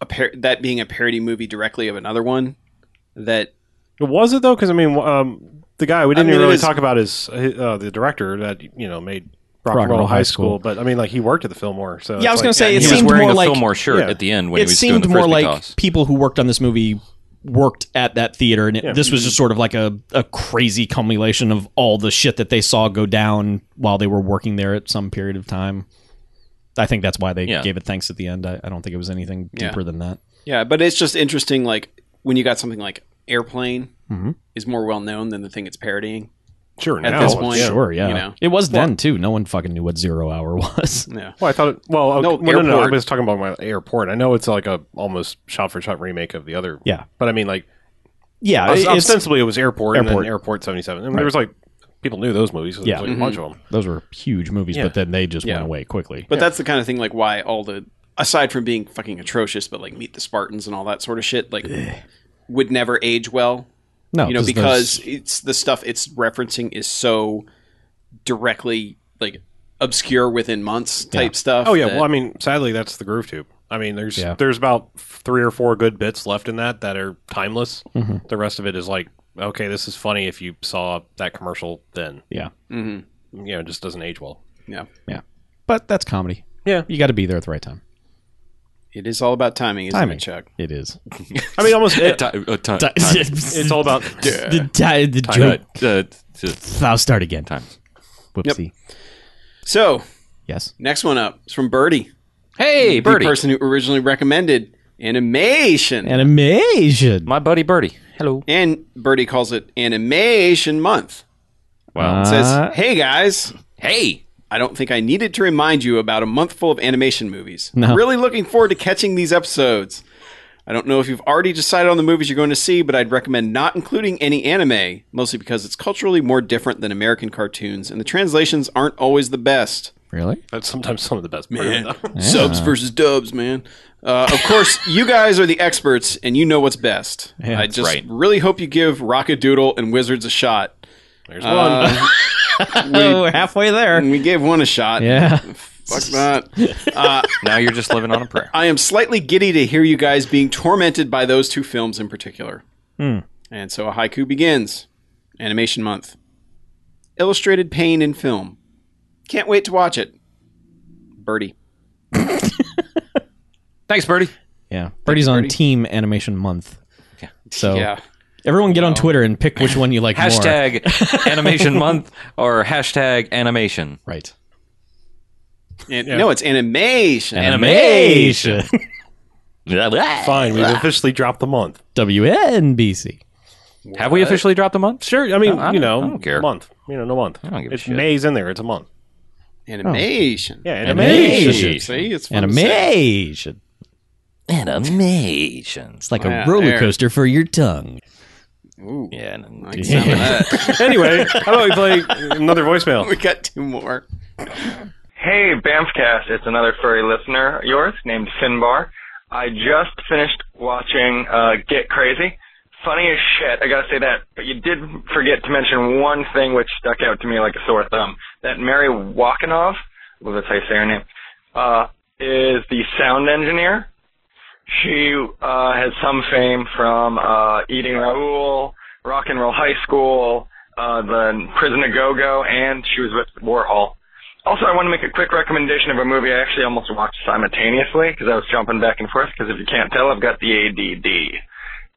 a par- that being a parody movie directly of another one. That
Was it though? Because I mean, um, the guy we
I
didn't
mean,
even
it
really
is-
talk about is uh, the director that you know made Rock, and Roll High School, but I mean, like he worked at the Fillmore. So
Yeah, I was
it's
gonna
like-
say it
he was
seemed
wearing
more
a
like
Fillmore shirt
Yeah.
at the end when
it
he was doing
seemed
the
more
frisbee
like
toss.
people who worked on this movie worked at that theater, and it,
Yeah.
this was just sort of like a, a crazy culmination of all the shit that they saw go down while they were working there at some period of time. I think that's why they
Yeah.
gave it thanks at the end. I, I don't think it was anything
Yeah.
deeper than that.
yeah, but it's just interesting. Like when you got something like Airplane
Mm-hmm.
Mhm.
is more well known than the thing it's parodying.
Sure,
at
now
this
it's-
point,
Sure, yeah.
you know,
It was then too. No one fucking knew what zero hour was.
yeah.
Well, I thought. It, well, okay,
No,
well, no, no, I
airport.
was talking about my airport. I know it's like a almost shot for shot remake of the other.
Yeah.
but I mean, like,
Yeah,
os-
it- it's-
ostensibly it was airport, and
Airport.
then airport seventy seven. I mean,
Right.
there was like people knew those movies. So there
Yeah.
was, like, a
Mm-hmm.
bunch of them.
Those were huge movies,
Yeah.
but then they just
Yeah.
went away quickly.
But that's the kind of thing like why all the aside from being fucking atrocious, but like Meet the Spartans and all that sort of shit, like would never age well.
No,
Oh,
you know
'cause
because it's the stuff it's referencing is so directly like obscure within months type stuff.
Oh yeah.
that-
Well, I mean, sadly, that's the Groove Tube. I mean, there's
Yeah.
there's about three or four good bits left in that that are timeless.
Mhm.
The rest of it is like, okay, this is funny if you saw that commercial then.
Yeah,
Mhm.
You know, it just doesn't age well.
yeah,
yeah. But that's comedy.
Yeah.
you got to be there at the right time.
it is all about timing, isn't
Timing.
it, Chuck?
It is.
I mean, almost.
Uh, ti- uh, ti- time.
it's all about.
the ti- the
Uh,
joke.
uh, t-
I'll start again.
time.
Whoopsie.
So
Yes.
next one up is from Birdie.
Hey, Birdie.
The person who originally recommended animation.
Animation.
My buddy Birdie. Hello.
And Birdie calls it Animation Month.
Wow.
It
Uh,
says, hey guys.
Hey.
I don't think I needed to remind you about a month full of animation movies.
No.
Really looking forward to catching these episodes. I don't know if you've already decided on the movies you're going to see, but I'd recommend not including any anime, mostly because it's culturally more different than American cartoons, and the translations aren't always the best.
Really?
That's sometimes some of the best.
Man,
part of it, though.
subs versus dubs, man. Uh, of course, you guys are the experts, and you know what's best.
Yeah,
I
that's
just
right.
really hope you give Doodle and Wizards a shot.
There's
one.
We're halfway there.
We gave one a shot.
Yeah.
Fuck that. Uh,
now you're just living on a prayer.
I am slightly giddy to hear you guys being tormented by those two films in particular.
Hmm.
And so a haiku begins. Animation month. Illustrated pain in film. Can't wait to watch it. Birdie.
Thanks, Birdie.
Yeah. Birdie's on Team Animation Month.
Yeah.
So
Yeah.
everyone get on Twitter and pick which one you like more.
Hashtag animation month or hashtag animation.
Right.
And- No, it's animation.
Animation.
Fine, we've officially dropped the month.
WNBC.
Have we officially dropped a month?
Sure. I mean,
No, I
you
don't-
know,
I don't care.
month. You know, no month.
I don't give a
it's
shit.
May's in there. It's a month.
Animation.
Yeah,
Animation.
animation.
See, it's fun to say.
Animation.
Animation.
It's like
Yeah,
a roller
there.
coaster for your tongue.
Ooh,
Yeah. no,
I like some of that.
anyway, how about we play another voicemail?
we got two more.
Hey, Bamfcast, it's another furry listener of yours named Finbar. I just finished watching uh, Get Crazy. Funny as shit, I gotta say that, but you did forget to mention one thing which stuck out to me like a sore thumb. That Mary Walkinov, I believe that's how you say her name, uh, is the sound engineer. She uh, has some fame from uh, Eating Raoul, Rock and Roll High School, uh, the Prison of Go-Go, and she was with Warhol. Also, I want to make a quick recommendation of a movie I actually almost watched simultaneously because I was jumping back and forth. Because if you can't tell, I've got the ADD.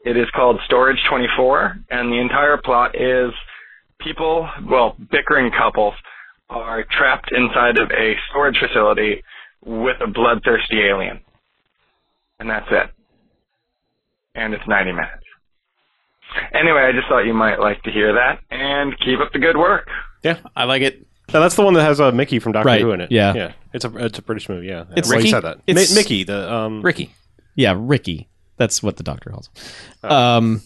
It is called Storage 24, and the entire plot is people, well, bickering couples, are trapped inside of a storage facility with a bloodthirsty alien. And that's it. And it's 90 minutes. Anyway, I just thought you might like to hear that, and keep up the good work.
Yeah.
I like it.
No, that's the one that has uh, Mickey from Doctor
Right,
Who in it.
yeah.
yeah. It's a it's a British movie. Yeah,
It's
Well, you
Ricky?
said that.
It's-
Mi- Mickey, the um,
Ricky.
Yeah, Ricky. That's what the doctor calls. him. Um,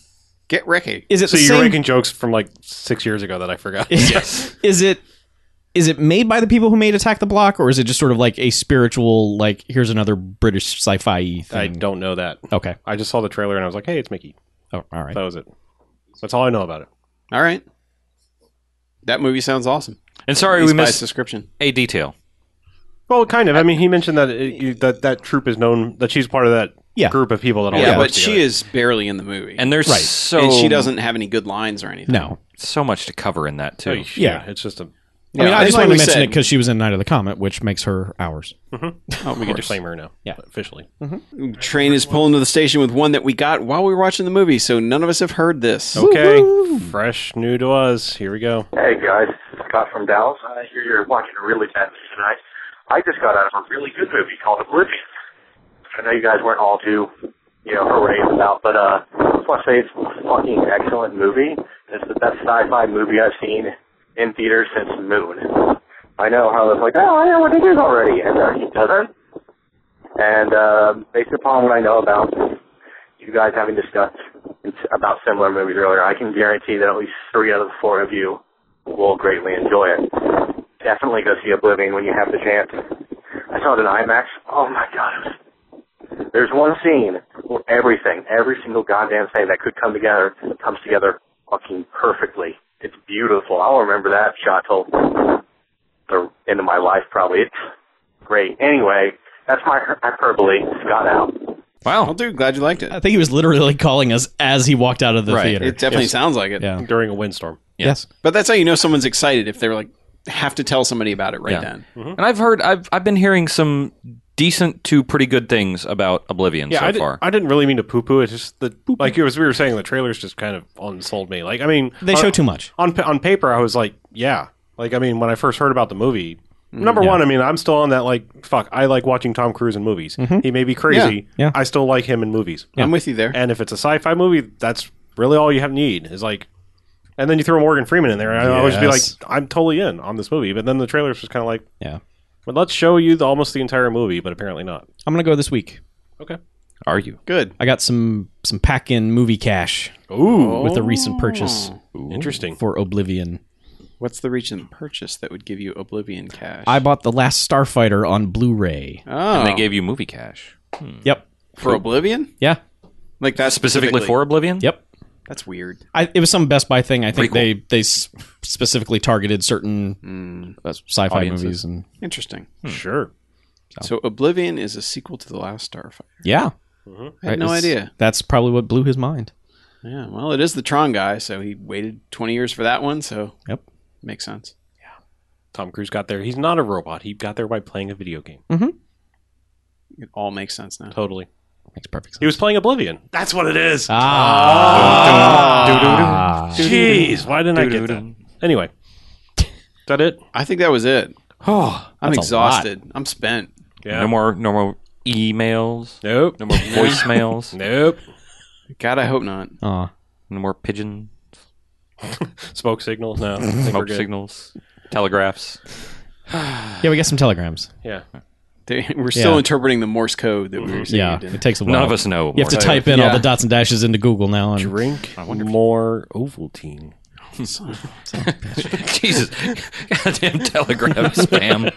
Get Ricky.
is it
so
the
you're
same?
making jokes from like six years ago that I forgot.
yes. Is it is it made by the people who made Attack the Block, or is it just sort of like a spiritual like here's another British sci-fi
I
thing?
don't know that. Oh,
okay.
I just saw the trailer and I was like, hey, it's Mickey.
Oh, all right.
That was it. That's all I know about it.
All right. That movie sounds awesome.
And sorry
At
we
least by its
missed
description.
a detail.
Well, kind of. I mean, he mentioned that it, you, that that troop is known that she's part of that
Yeah.
group of people that all
Yeah,
work
but she
together.
is barely in the movie.
And there's
Right.
so
and she doesn't have any good lines or anything.
No.
so much to cover in that too.
Oh,
Yeah.
yeah, it's just a
I mean,
Yeah,
I just
like
wanted to
we
mention
said,
it because she was in Night of the Comet, which makes her ours.
oh, we can just claim her now.
Yeah.
officially.
Train is pulling to the station with one that we got while we were watching the movie, so none of us have heard this.
Okay, fresh new to us. Here we go.
Hey guys, this is Scott from Dallas. I hear you're watching a really bad movie tonight. I just got out of a really good movie called Oblivion. I know you guys weren't all too, you know, hooray about, but uh, I just want to say it's a fucking excellent movie. It's the best sci-fi movie I've seen in theaters since Moon. I know how it's like, oh, I know what it is already, and uh, he doesn't. And uh, based upon what I know about you guys having discussed about similar movies earlier, I can guarantee that at least three out of the four of you will greatly enjoy it. Definitely go see Oblivion when you have the chance. I saw it in IMAX. Oh my god. it was- There's one scene where everything, every single goddamn thing that could come together, comes together fucking perfectly. It's beautiful. I'll remember that shot till the end of my life, probably. It's great. Anyway, that's my hyperbole. Scott out.
Wow.
Well, dude, glad you liked it.
I think he was literally calling us as he walked out of the
Right.
theater.
It definitely
Yes.
sounds like it.
yeah.
During a windstorm.
Yes.
But that's how you know someone's excited if they're like have to tell somebody about it right
Yeah. Mm-hmm.
then.
And I've heard I've I've been hearing some decent to pretty good things about Oblivion
Yeah,
so
I, did,
far.
I didn't really mean to poo-poo. It's just the like it was we were saying the trailers just kind of unsold me. Like I mean, uh,
They
on-
show too much.
on pa- on paper. I was like, yeah. Like I mean, when I first heard about the movie, Number one, I mean, I'm still on that like fuck. I like watching Tom Cruise in movies.
Mhm.
He may be crazy.
Yeah, yeah.
I still like him in movies.
I'm with you there.
And if it's a sci-fi movie, that's really all you have need is like. And then you throw Morgan Freeman in there, and I always be like,
Yes.
I'm totally in on this movie. But then the trailer's just kind of like,
yeah,
well, let's show you the, almost the entire movie, but apparently not.
I'm gonna go this week.
Okay.
Are you
good?
I got some some pack in movie cash.
Ooh.
with a recent purchase.
Interesting.
for Oblivion.
What's the recent purchase that would give you Oblivion cash?
I bought the last Starfighter on Blu-ray.
Oh. And they gave
you movie cash.
Yep.
For Oblivion?
Yeah.
Like that
Specifically for Oblivion?
Yep.
That's weird.
I, it was some Best Buy thing. I think they they s- specifically targeted certain uh, sci-fi
Hmm. Audiences.
movies and
Interesting.
Sure.
So Oblivion is a sequel to The Last Starfighter.
yeah.
I Mm-hmm. had no
it's-
idea.
That's probably what blew his mind.
Yeah, well, it is the Tron guy, so he waited 20 years for that one, so
Yep.
makes sense.
Tom Cruise got there. He's not a robot. He got there by playing a video game.
It all makes sense now.
Totally.
Makes perfect sense.
He was playing Oblivion. That's what it is. Oh.
Ah.
Jeez, why didn't I get that? Anyway, is that it?
I think that was it.
Oh,
I'm
that's a
exhausted. I'm spent.
No more, no more emails.
Nope.
No more voicemails.
nope.
God, I hope not.
Ah. Aw.
No more pigeon
Smoke signals. No, I think we're
smoke
good.
signals, telegraphs.
Yeah, we got some telegrams.
Yeah.
They, we're still
Yeah.
interpreting the Morse code
Mm-hmm.
that we received.
Yeah,
and-
it takes a while. You have to
Morse
type
code.
in all
Yeah.
the dots and dashes into Google now. And
Drink more Ovaltine.
Jesus, goddamn telegram spam.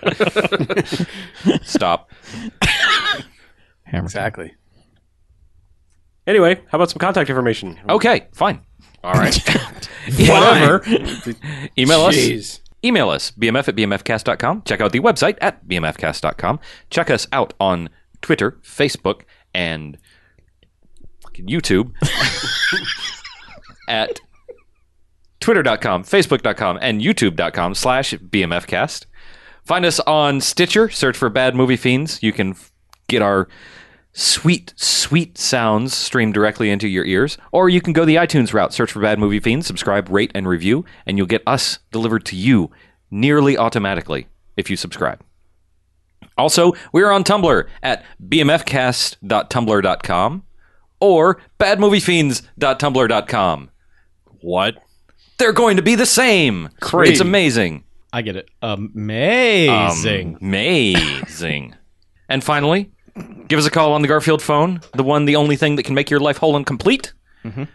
Stop.
Exactly.
Anyway, how about some contact information?
Okay, fine.
All right.
Whatever.
Fine.
Email us.
Jeez.
Email us, bmf at bmfcast.com. Check out the website at bmfcast.com. Check us out on Twitter, Facebook, and fucking YouTube at twitter.com, facebook.com, and youtube.com slash bmfcast. Find us on Stitcher. Search for Bad Movie Fiends. You can f- get our sweet, sweet sounds streamed directly into your ears. Or you can go the iTunes route. Search for Bad Movie Fiends. Subscribe, rate, and review. And you'll get us delivered to you nearly automatically if you subscribe. Also, we are on Tumblr at bmfcast.tumblr.com or badmoviefiends.tumblr.com.
What?
They're going to be the same.
Great.
It's amazing.
I get it. Amazing.
Um, Amazing. and finally, give us a call on the Garfield phone, the one, the only thing that can make your life whole and complete. Mm-hmm.
Mhm.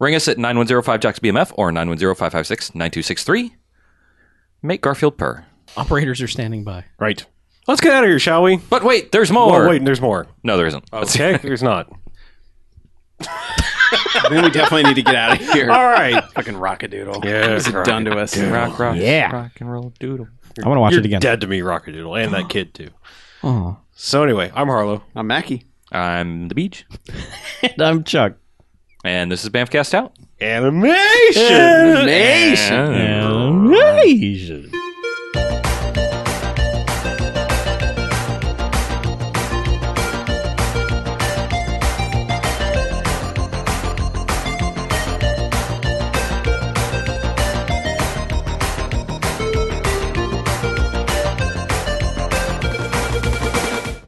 Ring us at 9105 Jocks BMF or 910 556 9263. Make Garfield purr.
Operators are standing by.
Right. Let's get out of here, shall we?
But wait, there's more.
Whoa, wait, there's more.
No, there isn't.
Okay, there's not.
Then we definitely need to get out of here.
All right.
Fucking rockadoodle.
Yeah.
What is it done to us?
Rock, rock,
Yeah.
rock and roll doodle.
I want to watch
You're
it again.
dead to me, Rockadoodle, and that kid, too.
Oh.
So, anyway, I'm Harlow.
I'm Mackie.
I'm the beach.
And I'm Chuck.
And this is Bamfcast out.
Animation!
Animation.
Amazing.